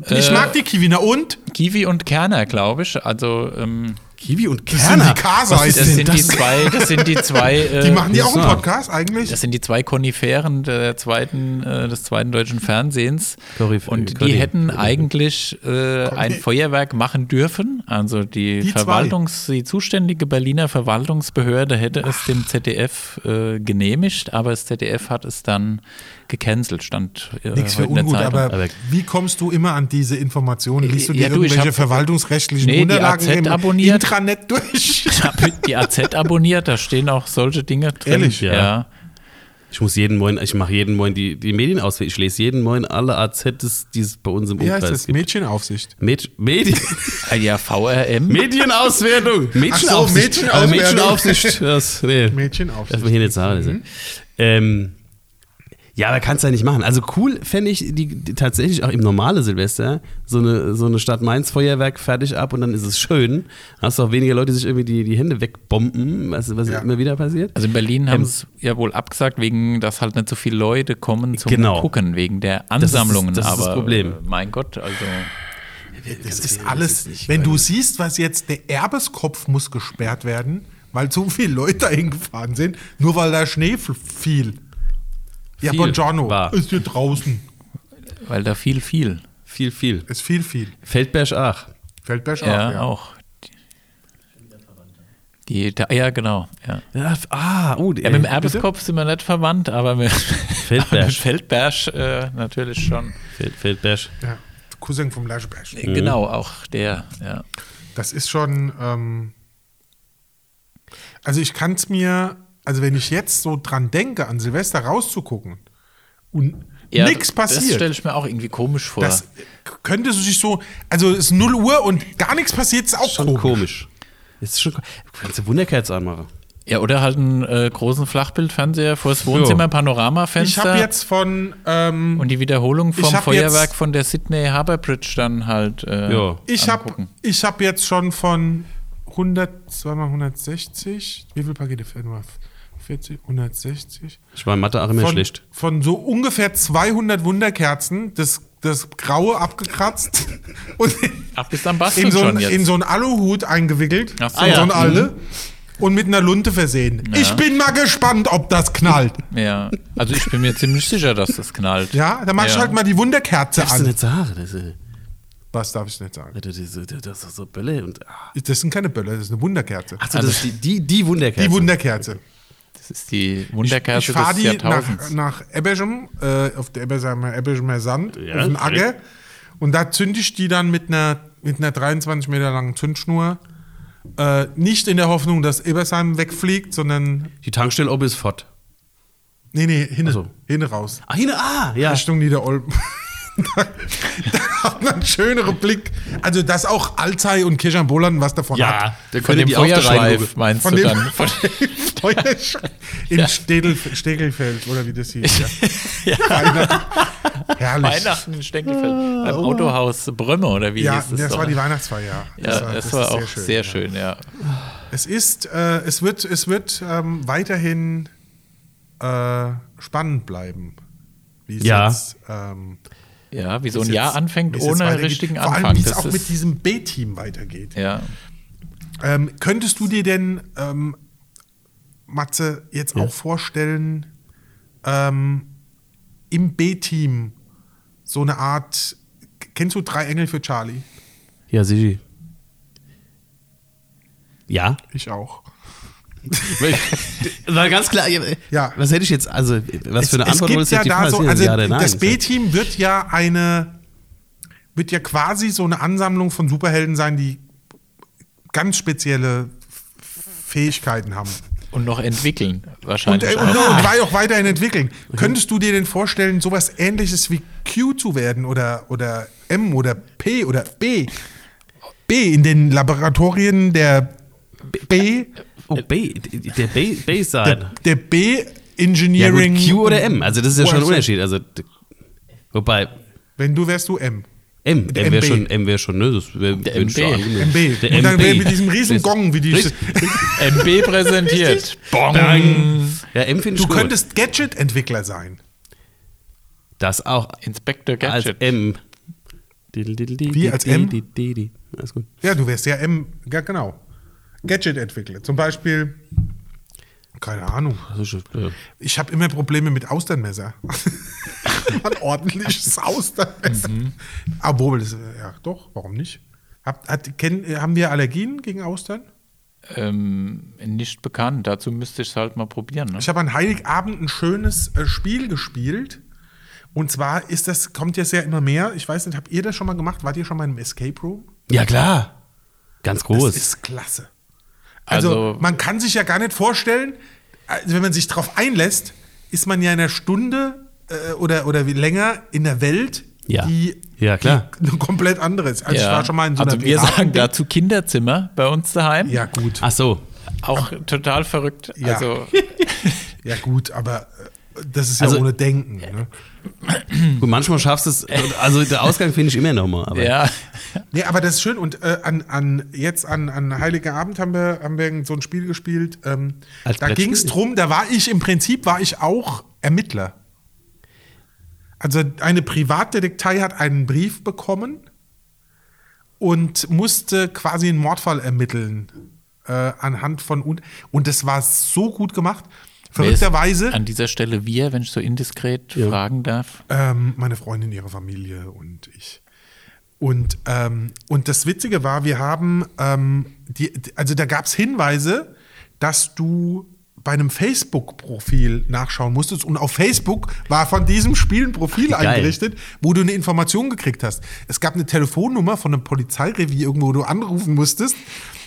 S2: äh,
S1: ich mag die Kiwi, na und?
S2: Kiwi und Kerner, glaube ich. Also ähm,
S3: Kiwi und
S1: Das sind
S3: Kerner.
S1: die Kasa,
S2: das
S1: heißt
S2: sind die
S1: das.
S2: zwei, das sind die zwei, äh,
S1: Die machen ja auch einen
S3: Bizarre.
S1: Podcast eigentlich.
S2: das sind die zwei Koniferen der zweiten, äh, des zweiten deutschen Fernsehens.
S3: Koryphäe,
S2: und die
S3: Koryphäe.
S2: hätten eigentlich äh, ein Feuerwerk machen dürfen. Also die,
S1: Die zwei.
S2: Verwaltungs, die zuständige Berliner Verwaltungsbehörde hätte es dem ZDF äh, genehmigt, aber das ZDF hat es dann gecancelt. Stand äh,
S1: Nichts für
S2: heute in der
S1: ungut,
S2: Zeitung.
S1: aber,
S3: Aber-
S1: wie kommst du immer an diese Informationen? Liest du dir
S2: Ja, du, ich
S1: irgendwelche
S2: hab-
S1: verwaltungsrechtlichen
S2: Nee, die
S1: Unterlagen
S2: AZ
S1: im
S2: abonniert.
S1: Intranet durch?
S2: Ich habe die AZ abonniert, da stehen auch solche Dinge drin.
S1: Ehrlich?
S2: ja.
S3: Ja. Ich muss jeden Moin, ich mache jeden Moin die, die Medien auswählen. Ich lese jeden Moin alle AZs, die es bei uns im
S1: Wie
S3: Umkreis
S1: heißt das?
S3: gibt.
S1: Mädchenaufsicht.
S3: Med Medien.
S2: Ah Ja, VRM.
S3: Medienauswertung. Mädchenaufsicht.
S1: Mädchenauswertung.
S3: Aber Mädchenaufsicht. Das, nee.
S1: Mädchenaufsicht.
S3: Darf man hier nicht sagen. Mhm. Ähm, ja, aber kannst du ja nicht machen. Also cool fände ich die, die, tatsächlich auch im normale Silvester so eine, so eine Stadt Mainz Feuerwerk fertig ab und dann ist es schön. Hast du auch weniger Leute, die sich irgendwie die, die Hände wegbomben, was, was
S1: Ja.
S3: immer wieder passiert.
S2: Also in Berlin haben es ja wohl abgesagt, wegen, dass halt nicht so viele Leute kommen zum
S3: Genau.
S2: Gucken, wegen der Ansammlungen.
S3: das ist
S2: aber
S3: das Problem.
S2: äh, mein Gott, also
S1: Das ist alles, wenn du siehst, was jetzt, der Erbeskopf muss gesperrt werden, weil zu viele Leute dahin gefahren sind, nur weil da Schnee f- fiel. Ja,
S3: Viel
S1: Bongiorno
S3: war.
S1: ist hier draußen.
S2: weil da viel, viel.
S3: Viel, viel.
S1: Es fiel viel.
S3: Feldberg Aach.
S1: Feldberg auch,
S2: Ja,
S1: ja.
S2: auch. Die, da, ja, genau. Ja.
S3: Ja, ah, oh,
S2: Ja, mit dem Erbeskopf sind wir nicht verwandt, aber mit
S3: Feldberg.
S2: aber mit Feldbersch äh, natürlich schon.
S3: Feld, Feldbash.
S1: Ja. Cousin vom Laschbash.
S3: Äh.
S2: Genau, auch der. Ja.
S1: Das ist schon. Ähm, also ich kann es mir, also wenn ich jetzt so dran denke, an Silvester rauszugucken und
S2: Ja,
S1: nichts
S2: Das
S1: passiert.
S2: stelle ich mir auch irgendwie komisch vor.
S1: Das könnte sich so, also es ist 0 Uhr und gar nichts passiert, ist auch
S3: Schon
S1: komisch.
S3: komisch. Ist schon ko- Kannst du Wunderkerz anmachen?
S2: ja, oder halt einen äh, großen Flachbildfernseher vors Wohnzimmer,
S1: Ich habe
S2: Panoramafenster
S1: jetzt von, ähm,
S2: und die Wiederholung
S1: Ich
S2: vom
S1: hab
S2: Feuerwerk
S1: jetzt-
S2: von der Sydney Harbour Bridge dann halt. Äh,
S3: Ja.
S1: ich habe
S2: angucken.
S1: ich hab jetzt schon von 100, 2 160, wie viele Pakete? fehlen noch? 40, 160.
S3: Ich war in Mathe auch immer
S1: Von,
S3: schlecht.
S1: von so ungefähr 200 Wunderkerzen, das, das Graue abgekratzt und
S2: Ach, bist am Basteln
S1: in so, einen,
S2: schon jetzt.
S1: in so einen Aluhut eingewickelt,
S2: Ach
S1: in
S2: so. Ah,
S1: so
S2: ja.
S1: einen
S3: Mhm.
S1: Alde und mit einer Lunte versehen. Ich bin mal gespannt, ob das knallt.
S2: ja. Also ich bin mir ziemlich sicher, dass das knallt.
S1: Ja, dann mach ich
S2: Ja.
S1: halt mal die Wunderkerze
S3: Darfst du
S1: an.
S3: nicht sagen? Das ist,
S1: Was darf ich nicht sagen?
S3: das ist, das ist so Bälle und. ah.
S1: Das sind keine Böller, das ist eine Wunderkerze.
S3: Achso, das ist die, die, die Wunderkerze.
S1: die Wunderkerze.
S2: Das ist die
S1: Ich
S2: Wunderkerze
S1: fahre
S2: des
S1: die nach,
S2: Jahrtausends.
S1: nach Eberschem, äh, auf der Ebersheimer, Ebersheimer Sand,
S3: Ja,
S1: auf dem
S3: direkt.
S1: Acker. Und da zünde ich die dann mit einer, mit einer 23 Meter langen Zündschnur. Äh, nicht in der Hoffnung, dass Ebersheim wegfliegt, sondern.
S3: die Tankstelle oben ist fort.
S1: Nee, nee, hinne,
S3: Ach so.
S1: hinne raus.
S3: Ah, hier, ah, ja.
S1: Richtung Niederolben. da, da hat man einen schöneren Blick. Also, dass auch Alzey und Kirchambolan was davon hat.
S3: Ja, da
S2: Von
S3: können
S2: dem
S3: die auch da rein.
S2: Feuerschweif meinst
S1: Von
S2: du
S1: dem,
S2: dann?
S1: von dem Feuerschein im Städel, Stegelfeld oder wie das hieß. Ja. Weihnachten. Herrlich.
S2: Weihnachten in Stenkelfeld. beim Autohaus Brömme oder wie
S1: Ah, oh. Ja,
S2: hieß es
S1: das
S2: doch?
S1: war die Weihnachtsfeier. Ja,
S2: Ja, das,
S1: ist
S2: war auch sehr schön,
S1: schön,
S2: sehr
S1: ja.
S2: schön ja.
S1: Es ist, äh, es wird, es wird ähm, weiterhin äh, spannend bleiben. Wie es
S3: Ja.
S1: jetzt, ähm,
S2: Ja, wie so
S1: wie
S2: ein
S1: es
S2: Jahr
S1: jetzt-
S2: anfängt
S1: wie es jetzt
S2: ohne
S1: weitergeht.
S2: richtigen
S1: Vor
S2: Anfang.
S1: allem, wie es
S2: das
S1: auch
S2: ist,
S1: mit diesem B-Team weitergeht.
S2: ja.
S1: Ähm, könntest du dir denn, ähm, Matze, jetzt auch vorstellen, ähm, im B-Team so eine Art, kennst du drei Engel für Charlie?
S3: Ja, Sigi. Ja.
S1: Ich auch.
S3: War ganz klar.
S1: Ja.
S3: Was hätte ich jetzt, also, was für eine Antwort
S1: es gibt
S3: wolltest du
S1: ja
S3: jetzt die
S1: da
S3: Frage
S1: so,
S3: stellen?
S1: also
S3: Ja oder nein?
S1: das B-Team wird ja eine, wird ja quasi so eine Ansammlung von Superhelden sein, die ganz spezielle Fähigkeiten haben.
S2: Und noch entwickeln
S1: Und,
S2: wahrscheinlich
S1: äh, und,
S2: auch.
S1: und wei- auch weiterhin entwickeln. Könntest du dir denn vorstellen, sowas ähnliches wie Q zu werden oder, oder M oder P oder B? B in den Laboratorien der B,
S3: Oh, B, der B, B ist
S1: der, der B Engineering.
S3: äh, Ja, gut, Q oder M, also das ist ja
S1: Oh,
S3: schon ein
S1: also-
S3: Unterschied. Also, d- wobei,
S1: Wenn du wärst du M.
S3: M,
S1: Der
S3: M wäre
S1: MB.
S3: schon, M wäre schon, ne? Das wäre
S2: Der
S3: wär
S2: MB.
S3: schon angenehm.
S1: MB.
S3: Der
S1: und dann
S3: MB.
S1: wäre mit diesem riesen Gong, wie die.
S3: Richtig.
S2: MB präsentiert. Bong.
S3: Ja, M finde ich
S1: Du
S3: gut.
S1: könntest Gadget-Entwickler sein.
S3: das auch
S2: Inspector
S3: als
S2: Gadget.
S3: M.
S1: Wie, als M?
S3: Alles gut.
S1: Ja, du wärst ja M. Ja, genau. Gadget-Entwickler. Zum Beispiel. Keine Ahnung.
S3: Das ist schon- ja.
S1: Ich habe immer Probleme mit Austernmesser. Ein ordentliches Austernmesser. Obwohl, das, ja, doch, warum nicht? Hab, hat, kennen, äh, haben wir Allergien gegen Austern?
S2: Ähm, nicht bekannt. Dazu müsste ich es halt mal probieren. Ne?
S1: Ich habe an Heiligabend ein schönes äh, Spiel gespielt. Und zwar ist das, kommt jetzt ja immer mehr. Ich weiß nicht, habt ihr das schon mal gemacht? Wart ihr schon mal im Escape Room?
S3: ja, klar. Ganz
S1: Das
S3: groß.
S1: ist klasse. Also,
S2: Also-
S1: man kann sich ja gar nicht vorstellen, also wenn man sich drauf einlässt, ist man ja in einer Stunde äh, oder, oder wie länger in der Welt,
S3: Ja.
S1: die,
S3: Ja, klar.
S1: die eine komplett andere ist. Also ich war schon mal in so einer
S2: also wir
S1: Piraten-
S2: sagen dazu Kinderzimmer bei uns daheim.
S1: Ja, gut.
S3: Ach so.
S2: Auch total verrückt.
S1: Ja.
S2: Also
S1: Ja, gut, aber äh, das ist ja
S3: Also-
S1: ohne Denken. Ne?
S3: Gut, manchmal schaffst du es. Also der Ausgang finde ich immer nochmal. Aber
S2: ja.
S1: Nee, aber das ist schön. Und äh, an, an, jetzt an, an Heiliger Abend haben wir, haben wir so ein Spiel gespielt. Ähm,
S3: Als
S1: da
S3: Brettspiel?
S1: ging es drum, da war ich im Prinzip, war ich auch Ermittler. Also eine Privatdetektei hat einen Brief bekommen und musste quasi einen Mordfall ermitteln äh, anhand von und, und das war so gut gemacht. Verrückterweise
S2: An dieser Stelle wir, wenn ich so indiskret fragen darf.
S1: ähm, meine Freundin, ihre Familie und ich. Und, ähm, und das Witzige war, wir haben, ähm, die, die- also da gab es Hinweise, dass du bei einem Facebook-Profil nachschauen musstest und auf Facebook war von diesem Spiel ein Profil
S3: Geil.
S1: eingerichtet, wo du eine Information gekriegt hast. Es gab eine Telefonnummer von einem Polizeirevier irgendwo, wo du anrufen musstest,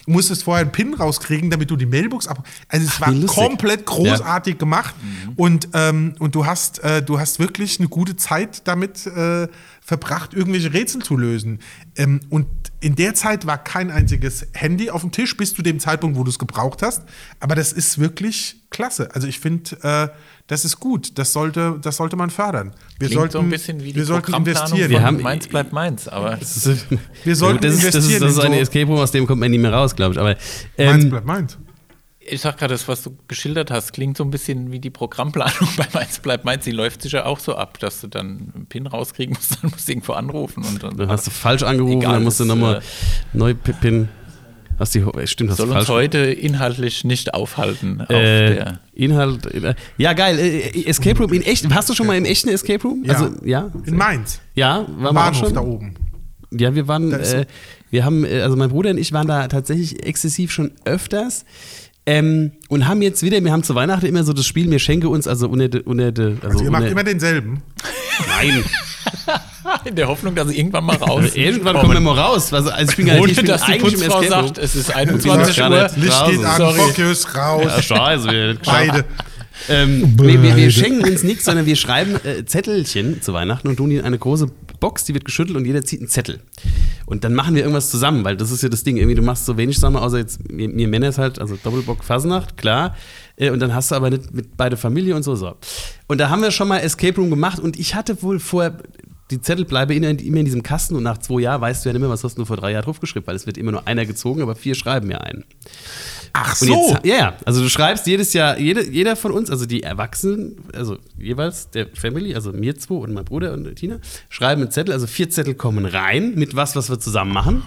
S1: musstest vorher einen PIN rauskriegen, damit du die Mailbox ab. Also es war
S3: wie lustig.
S1: komplett großartig gemacht
S2: Mhm.
S1: und ähm, und du hast äh, du hast wirklich eine gute Zeit damit äh, verbracht, irgendwelche Rätsel zu lösen. Ähm, und in der Zeit war kein einziges Handy auf dem Tisch, bis zu dem Zeitpunkt, wo du es gebraucht hast. Aber das ist wirklich klasse. Also ich finde, äh, das ist gut. Das sollte, das sollte man fördern. Wir
S2: Klingt
S1: sollten,
S2: so ein bisschen wie die
S1: wir sollten
S2: Programmplanung
S1: investieren.
S2: von
S3: Wir haben-
S2: Mainz bleibt Mainz, aber
S3: Das ist-
S1: Wir sollten
S3: das ist, das ist,
S1: investieren
S3: das ist
S1: in
S3: eine
S1: so-
S3: Escape Room, aus dem kommt man nie mehr raus, glaube ich. Aber
S1: Meins
S3: ähm,
S1: bleibt meins.
S2: ich sag gerade, das, was du geschildert hast, klingt so ein bisschen wie die Programmplanung bei Mainz bleibt Mainz. Die läuft sich ja auch so ab, dass du dann einen Pin rauskriegen musst, dann musst du irgendwo anrufen und dann
S3: dann hast du falsch angerufen,
S2: Egal,
S3: dann musst du
S2: das,
S3: nochmal
S2: äh,
S3: neu pippen. Hast die, äh, stimmt, hast du
S2: soll uns
S3: falsch
S2: heute inhaltlich nicht aufhalten. Auf
S3: Äh,
S2: der
S3: Inhalt. äh, Ja, geil. Äh, Escape Room in echt. Warst du schon mal im echten Escape Room?
S1: Ja.
S3: Also, ja?
S1: In Mainz.
S3: Ja, waren wir auch
S1: Bahnhof
S3: schon.
S1: da oben.
S3: Ja, wir waren,
S1: Da ist-
S3: äh, wir haben, äh, also mein Bruder und ich waren da tatsächlich exzessiv schon öfters. Ähm, und haben jetzt wieder, wir haben zu Weihnachten immer so das Spiel, wir schenke uns, also ohne, de- ohne, de- also
S1: Also ihr
S3: ohne
S1: macht immer denselben.
S3: Nein.
S2: in der Hoffnung, dass sie irgendwann mal raus.
S3: Äh, Also Irgendwann kommen wir mal raus. Also, also ich bin gar nicht,
S2: Oh, Ohne
S3: ich bin
S2: dass die
S3: eigentlich im
S2: Putzfrau
S3: Escape Room.
S2: sagt, äh, es ist
S3: Das
S2: 21
S3: gar
S2: Uhr.
S3: nicht.
S1: Licht
S3: Draußen.
S1: geht an,
S2: Sorry.
S1: Focus, raus.
S3: Ja, scheiße, wir-
S1: Beide.
S3: Ähm, nee, wir, wir schenken uns nichts, sondern wir schreiben äh, Zettelchen zu Weihnachten und tun die in eine große Box, die wird geschüttelt und jeder zieht einen Zettel. Und dann machen wir irgendwas zusammen, weil das ist ja das Ding. Irgendwie, du machst so wenig zusammen, außer jetzt, wir, wir Männer ist halt, also Doppelbock Fasnacht, klar. Äh, und dann hast du aber nicht mit beide Familie und so, so. Und da haben wir schon mal Escape Room gemacht und ich hatte wohl vor. Die Zettel bleiben immer in, immer in diesem Kasten und nach zwei Jahren weißt du ja nicht mehr, was hast du vor drei Jahren draufgeschrieben, weil es wird immer nur einer gezogen, aber vier schreiben ja einen.
S1: Ach
S3: Und
S1: so.
S3: jetzt, ja, ja, also du schreibst jedes Jahr, jede, jeder von uns, also die Erwachsenen, also jeweils der Family, also mir zwei und mein Bruder und Tina, schreiben einen Zettel, also vier Zettel kommen rein mit was, was wir zusammen machen.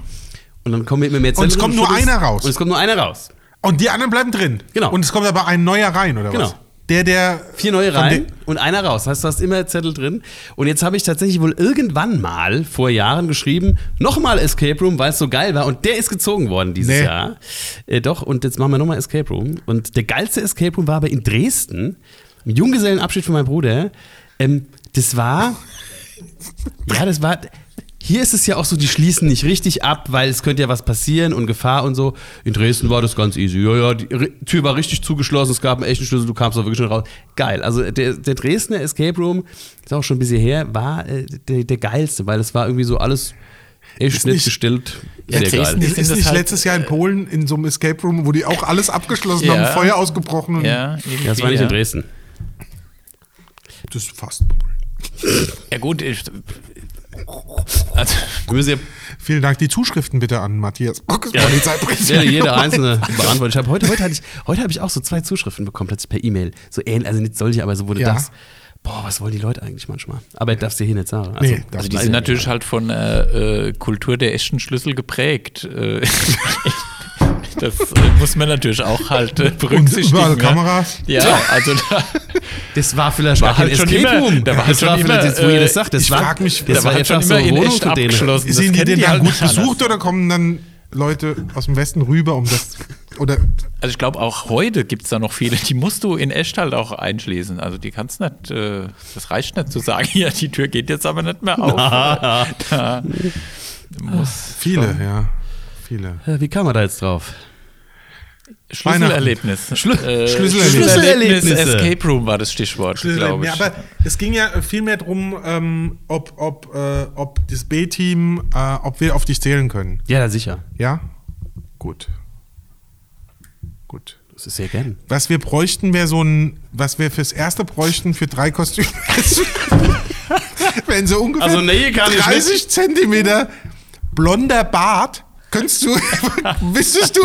S3: Und dann kommen wir immer mehr Zettel.
S1: es kommt nur
S3: schüttelst-
S1: einer raus.
S3: Und es kommt nur einer raus.
S1: Und die anderen bleiben drin.
S3: Genau.
S1: Und es kommt aber ein neuer rein, oder was?
S3: Genau.
S1: Der, der.
S3: Vier neue
S1: von
S3: rein
S1: dem-
S3: und einer raus. Das heißt, du hast immer Zettel drin. Und jetzt habe ich tatsächlich wohl irgendwann mal vor Jahren geschrieben, nochmal Escape Room, weil es so geil war. Und der ist gezogen worden dieses
S1: Nee.
S3: Jahr. Äh, doch, und jetzt machen wir nochmal Escape Room. Und der geilste Escape Room war aber in Dresden. Im Junggesellenabschied von meinem Bruder. Ähm, das war. Ja, das war. Hier ist es ja auch so, die schließen nicht richtig ab, weil es könnte ja was passieren und Gefahr und so. In Dresden war das ganz easy. Ja, ja, die Ri- Tür war richtig zugeschlossen, es gab einen echten Schlüssel, du kamst auch wirklich schon raus. Geil. Also der, der Dresdner Escape Room, ist auch schon ein bisschen her, war äh, der, der geilste, weil es war irgendwie so alles echt nett
S1: nicht-
S3: gestellt.
S2: Ja,
S3: Sehr
S2: Dresden
S3: geil.
S2: Die
S1: Ist,
S2: sind
S1: ist
S2: das
S1: nicht
S2: halt-
S1: letztes Jahr in Polen in so einem Escape Room, wo die auch alles abgeschlossen
S2: Ja.
S1: haben, Feuer ausgebrochen und
S2: Ja, irgendwie,
S3: Ja, das war nicht
S2: ja.
S3: in Dresden.
S1: das ist fast Polen.
S2: Ja, gut. Ich, also,
S3: Wir müssen ja
S1: Vielen Dank. Die Zuschriften bitte an Matthias Bockes,
S3: Ja.
S1: Polizeipräsident.
S3: werde jede einzelne beantwortet. Ich habe heute, heute, hatte ich, heute habe ich auch so zwei Zuschriften bekommen, plötzlich per E-Mail. So ähnlich, also nicht solche, aber so wurde
S1: Ja.
S3: das. Boah, was wollen die Leute eigentlich manchmal? Aber ich darf sie hier nicht sagen.
S1: Nee, darfst
S2: also die sind natürlich halt von äh, äh, Kultur der echten Schlüssel geprägt. Äh, das äh, muss man natürlich auch halt äh,
S1: Und
S2: berücksichtigen.
S1: überall
S2: ja.
S1: Kameras.
S2: Ja, also da,
S3: Das war vielleicht war
S2: halt schon immer- da war halt
S3: das war
S2: schon
S3: vielleicht
S2: immer,
S3: jetzt, wo ihr
S2: äh,
S3: das sagt. Das
S1: ich
S3: war,
S1: frag mich,
S3: das
S1: da
S3: war
S2: halt
S3: einfach
S2: schon
S3: so
S2: immer in
S3: Wohnung
S2: echt
S3: zu denen.
S2: abgeschlossen. Das
S1: Sind die
S2: kennen
S1: denn dann
S2: halt
S1: gut
S2: nicht anders.
S1: besucht oder kommen dann Leute aus dem Westen rüber, um das. Oder
S2: Also ich glaube, auch heute gibt es da noch viele, die musst du in echt halt auch einschließen. Also die kannst nicht, äh, das reicht nicht zu sagen, ja, die Tür geht jetzt aber nicht mehr auf. Da muss
S1: viele, ja. Viele.
S3: Äh, Wie kam man da jetzt drauf?
S2: Schlüsselerlebnis.
S3: Schlu-
S2: Äh,
S1: Schlüsselerlebnis.
S3: Schlüsselerlebnisse.
S2: Escape Room war das Stichwort, glaube ich.
S1: Äh, Ja, aber es ging ja vielmehr darum, ähm, ob, ob, äh, ob das B-Team, äh, ob wir auf dich zählen können.
S3: Ja, ja, sicher.
S1: Ja? Gut. Gut.
S3: Das ist sehr gern.
S1: Was wir bräuchten, wäre so ein, was wir fürs erste bräuchten, für drei Kostüme. Wenn so ungefähr
S3: Also, nee, kann ich
S1: 30 Zentimeter blonder Bart, könntest du, wüsstest du,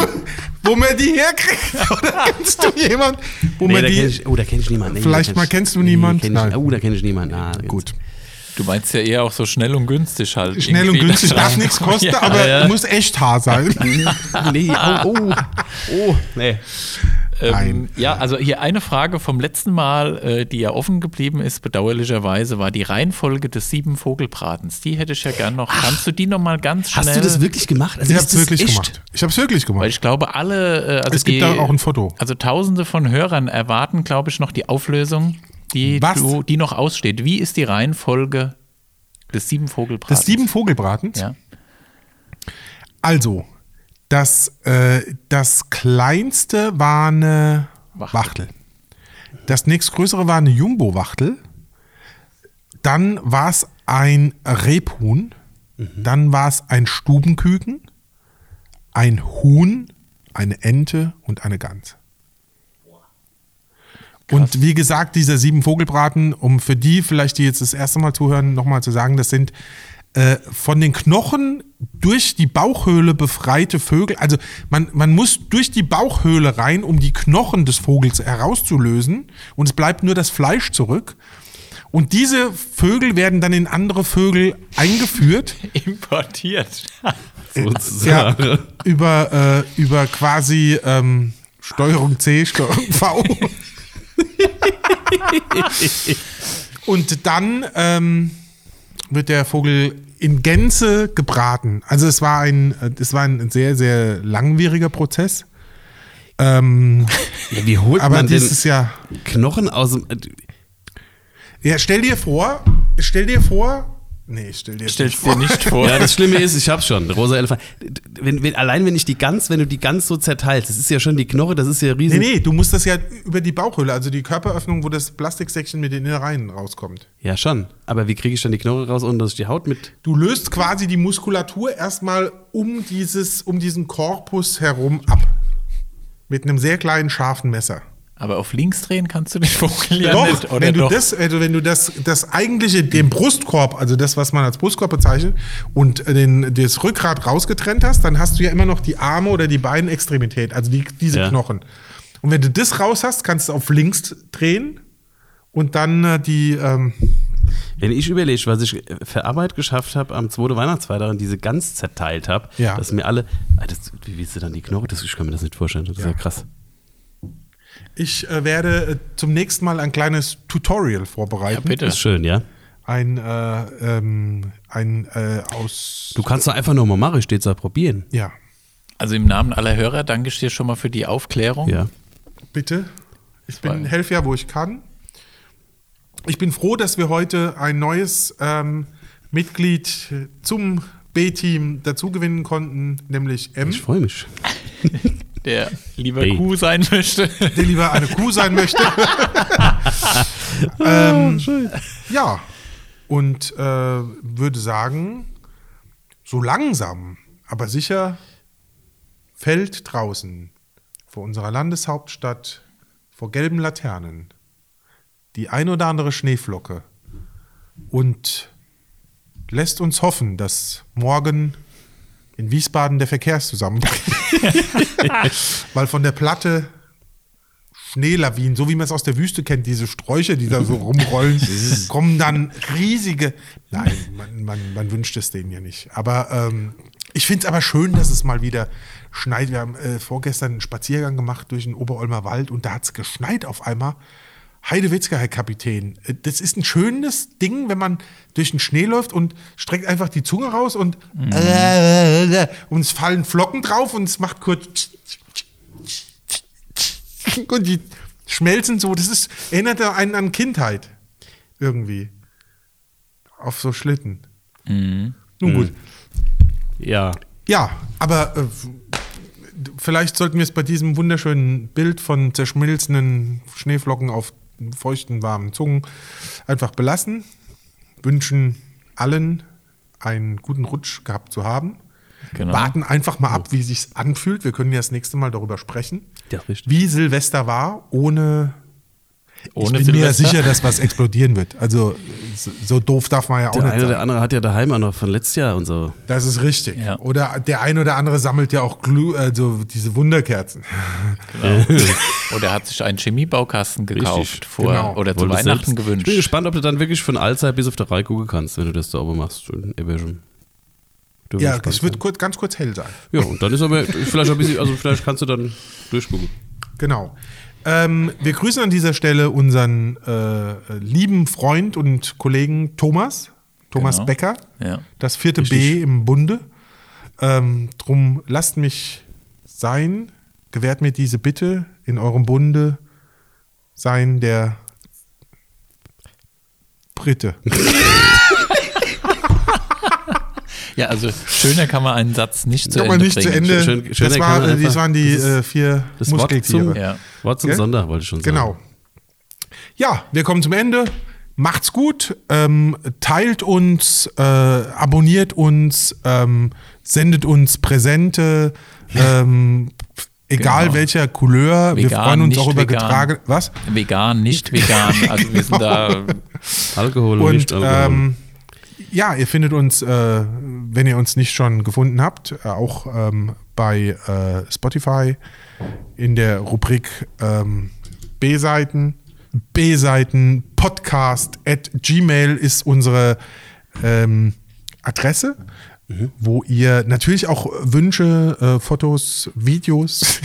S1: wo man die herkriegt? Oder kennst du jemand, wo
S3: Nee,
S1: man
S3: da
S1: die.
S3: kenn ich, oh, da kenne ich niemanden. Nee,
S1: Vielleicht
S3: da kenn
S1: mal
S3: ich-
S1: kennst du
S3: nee,
S1: niemanden?
S3: kenn
S1: Nein.
S3: Ich, oh, da kenne ich niemanden. Ah, da
S1: Gut.
S2: Du meinst ja eher auch so schnell und günstig halt.
S1: Schnell und
S2: irgendwie
S1: günstig,
S2: da
S1: darf
S2: dran.
S1: nichts kosten,
S2: Ja.
S1: aber
S3: ja.
S1: muss echt Haar sein.
S3: Nee, oh, oh, oh, nee.
S1: Nein.
S2: ja, also hier eine Frage vom letzten Mal, äh, die ja offen geblieben ist, bedauerlicherweise, war die Reihenfolge des sieben Vogelbratens. Die hätte ich ja gern noch. Kannst du die nochmal ganz schnell?
S3: Hast du das wirklich gemacht? Also
S1: Ich
S3: ist
S1: hab's
S3: das
S1: wirklich
S3: echt?
S1: gemacht. Ich hab's wirklich
S2: Weil
S1: gemacht.
S2: ich glaube, alle. äh, Also
S1: Es gibt
S2: die,
S1: da auch ein Foto.
S2: Also Tausende von Hörern erwarten, glaube ich, noch die Auflösung, die,
S1: Was?
S2: du, die noch aussteht. Wie ist die Reihenfolge des sieben Vogelbratens?
S1: Das sieben Vogelbratens.
S2: Ja.
S1: Also, das, äh, das kleinste war eine
S2: Wachtel.
S1: Wachtel. Das nächstgrößere war eine Jumbo-Wachtel. Dann war es ein Rebhuhn. Dann war es ein Stubenküken, ein Huhn, eine Ente und eine Gans. Und wie gesagt, dieser sieben Vogelbraten, um für die vielleicht, die jetzt das erste Mal zuhören, nochmal zu sagen, das sind äh, von den Knochen durch die Bauchhöhle befreite Vögel. Also man, man muss durch die Bauchhöhle rein, um die Knochen des Vogels herauszulösen. Und es bleibt nur das Fleisch zurück. Und diese Vögel werden dann in andere Vögel eingeführt.
S2: Importiert.
S1: Ja,
S3: Sozusagen.
S1: über, äh, über quasi ähm, Steuerung C, Steuerung V. Und dann ähm, wird der Vogel in Gänze gebraten. Also es war ein, äh, es war ein sehr, sehr langwieriger Prozess. Ähm,
S3: Ja, wie holt
S1: aber
S3: man denn
S1: dieses Jahr.
S3: Knochen aus dem. äh,
S1: Ja, stell dir vor, stell dir vor. Nee, stell dir
S2: Stell dir nicht vor.
S3: Ja, das Schlimme ist, ich hab's schon, der rosa Elefant. Wenn, wenn, allein wenn ich die Gans, wenn du die Gans so zerteilst, das ist ja schon die Knoche, das ist ja riesig.
S1: Nee, nee, du musst das ja über die Bauchhöhle, also die Körperöffnung, wo das Plastiksäckchen mit den Innereien rauskommt.
S3: Ja, schon. Aber wie kriege ich dann die Knoche raus, ohne dass ich die Haut mit.
S1: Du löst quasi die Muskulatur erstmal um, dieses, um diesen Korpus herum ab. Mit einem sehr kleinen, scharfen Messer.
S2: Aber auf links drehen kannst du den Vogel ja
S1: doch,
S2: nicht, oder
S1: wenn du,
S2: doch?
S1: Das, also wenn du das, das eigentliche, den Brustkorb, also das, was man als Brustkorb bezeichnet, und äh, den, das Rückgrat rausgetrennt hast, dann hast du ja immer noch die Arme oder die Beinextremität, also die, diese
S3: Ja.
S1: Knochen. Und wenn du das raus hast, kannst du auf links drehen und dann äh, die. Ähm,
S3: Wenn ich überlege, was ich für Arbeit geschafft habe am 2. Weihnachtsfeiertag und diese Gans zerteilt habe,
S1: Ja.
S3: dass mir alle. Ah, Das, wie willst du dann die Knoche? Das, ich kann mir das nicht vorstellen. Das ist ja krass.
S1: ich äh, werde äh, zum nächsten Mal ein kleines Tutorial vorbereiten.
S2: bitte.
S3: Das ist schön, ja.
S1: ein, äh, ähm, ein äh, aus.
S3: Du kannst doch einfach nochmal machen, stets da probieren.
S1: Ja,
S2: Also im Namen aller Hörer danke ich dir schon mal für die Aufklärung.
S3: Ja.
S1: bitte. Ich
S2: war-
S1: bin helfe ja, wo ich kann. Ich bin froh, dass wir heute ein neues ähm, Mitglied zum B-Team dazugewinnen konnten, nämlich M,
S3: Ich freue mich.
S2: Der lieber
S3: Hey.
S2: Kuh sein möchte.
S1: der lieber eine Kuh sein möchte. ähm, ja, und äh, würde sagen, so langsam, aber sicher fällt draußen vor unserer Landeshauptstadt vor gelben Laternen die ein oder andere Schneeflocke und lässt uns hoffen, dass morgen in Wiesbaden der Verkehr zusammenbricht. Weil von der Platte Schneelawinen, so wie man es aus der Wüste kennt, diese Sträucher, die da so rumrollen, kommen dann riesige. Nein, man, man, man wünscht es denen ja nicht. Aber ähm, ich finde es aber schön, dass es mal wieder schneit. Wir haben äh, vorgestern einen Spaziergang gemacht durch den Oberolmer Wald und da hat es geschneit auf einmal. Heidewitzka, Herr Kapitän, äh, das ist ein schönes Ding, wenn man durch den Schnee läuft und streckt einfach die Zunge raus und, und es fallen Flocken drauf und es macht kurz und die schmelzen so. Das ist, erinnert einen an Kindheit. Irgendwie. Auf so Schlitten. Nun gut.
S3: Ja.
S1: Ja, aber äh, vielleicht sollten wir es bei diesem wunderschönen Bild von zerschmilzenden Schneeflocken auf feuchten, warmen Zungen einfach belassen. Wünschen allen einen guten Rutsch gehabt zu haben.
S2: Genau.
S1: Warten einfach mal ab, wie sich's anfühlt. Wir können ja das nächste Mal darüber sprechen.
S3: Ja, richtig.
S1: Wie Silvester war, ohne.
S2: Ohne
S1: ich bin mir
S2: Silvester.
S1: sicher, dass was explodieren wird. Also so, so doof darf man ja auch
S3: Der
S1: nicht
S3: eine oder
S1: sein.
S3: andere hat ja daheim auch noch von letztes Jahr und so.
S1: Das ist richtig.
S2: Ja.
S1: Oder der ein oder andere sammelt ja auch Glu also diese Wunderkerzen.
S2: Oder hat sich einen Chemiebaukasten gekauft
S3: Richtig,
S2: vor,
S1: genau.
S2: oder zu
S3: Wollte
S2: Weihnachten
S3: selbst- Ich
S2: gewünscht.
S3: bin gespannt, ob du dann wirklich von Alzheimer bis auf der Reihe gucken kannst, wenn du das da oben machst. In Eberschen. Da bin ich
S1: Ja,
S3: gespannt.
S1: es wird kurz, ganz kurz hell sein.
S3: ja, und dann ist aber vielleicht ein bisschen, also vielleicht kannst du dann durchgucken.
S1: Genau. Ähm, wir grüßen an dieser Stelle unseren äh, lieben Freund und Kollegen Thomas, Thomas
S2: Genau.
S1: Becker,
S2: Ja.
S1: das vierte B im Bunde. Ähm, drum lasst mich sein, gewährt mir diese Bitte in eurem Bunde sein der Britte.
S2: ja, also schöner kann man einen Satz nicht zu
S1: Kann
S2: Ende
S1: man nicht zu
S2: bringen.
S1: Ende.
S3: Schön- schön-
S1: das, war,
S3: schöner kann man
S1: das
S3: einfach-
S1: waren die
S3: das ist
S1: äh, vier
S3: das Wort
S1: Muskeltiere.
S3: zum-
S2: Ja.
S3: Wort zum
S1: Gell?
S3: Sonder, wollte ich schon sagen.
S1: Genau. Ja, wir kommen zum Ende. Macht's gut, ähm, teilt uns, äh, abonniert uns, ähm, sendet uns Präsente, ähm, egal
S2: Genau.
S1: welcher Couleur. wir
S2: Vegan,
S1: freuen uns
S2: nicht
S1: auch über
S2: vegan.
S1: getragen. Was?
S2: Vegan, nicht vegan. Also wir sind da
S3: Alkohol und
S1: Und
S3: nicht Alkohol.
S1: ähm, ja, ihr findet uns, äh, wenn ihr uns nicht schon gefunden habt, äh, auch ähm, bei äh, Spotify in der Rubrik ähm, B-Seiten. B-Seiten Podcast at Gmail ist unsere ähm, Adresse,
S3: Mhm.
S1: wo ihr natürlich auch Wünsche, äh, Fotos, Videos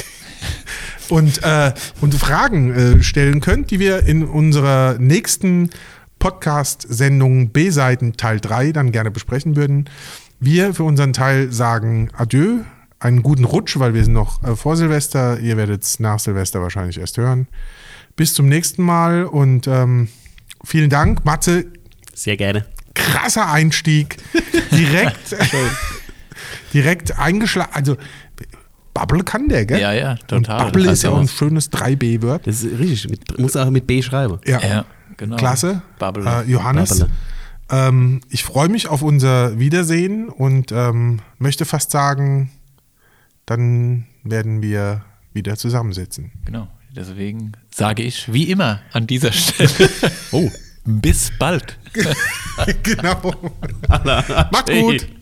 S1: und, äh, und Fragen äh, stellen könnt, die wir in unserer nächsten Podcast-Sendung B-Seiten Teil 3 dann gerne besprechen würden. Wir für unseren Teil sagen Adieu, einen guten Rutsch, weil wir sind noch äh, vor Silvester. Ihr werdet es nach Silvester wahrscheinlich erst hören. Bis zum nächsten Mal und ähm, vielen Dank. Matze,
S3: Sehr gerne.
S1: krasser Einstieg. Direkt, direkt eingeschlagen. Also, Bubble kann der, gell?
S2: Ja, ja, total.
S1: Bubble ist ja auch ein
S2: Also,
S1: schönes 3B-Wort.
S3: Das ist richtig. Mit, muss auch mit B schreiben.
S1: Ja.
S2: Ja, genau.
S1: Klasse.
S2: Bubble.
S1: Äh, Johannes.
S3: Bubble.
S1: Ähm, ich freue mich auf unser Wiedersehen und ähm, möchte fast sagen, dann werden wir wieder zusammensitzen.
S2: Genau. Deswegen sage ich, wie immer, an dieser Stelle.
S3: Oh.
S2: Bis bald.
S1: genau. Macht gut.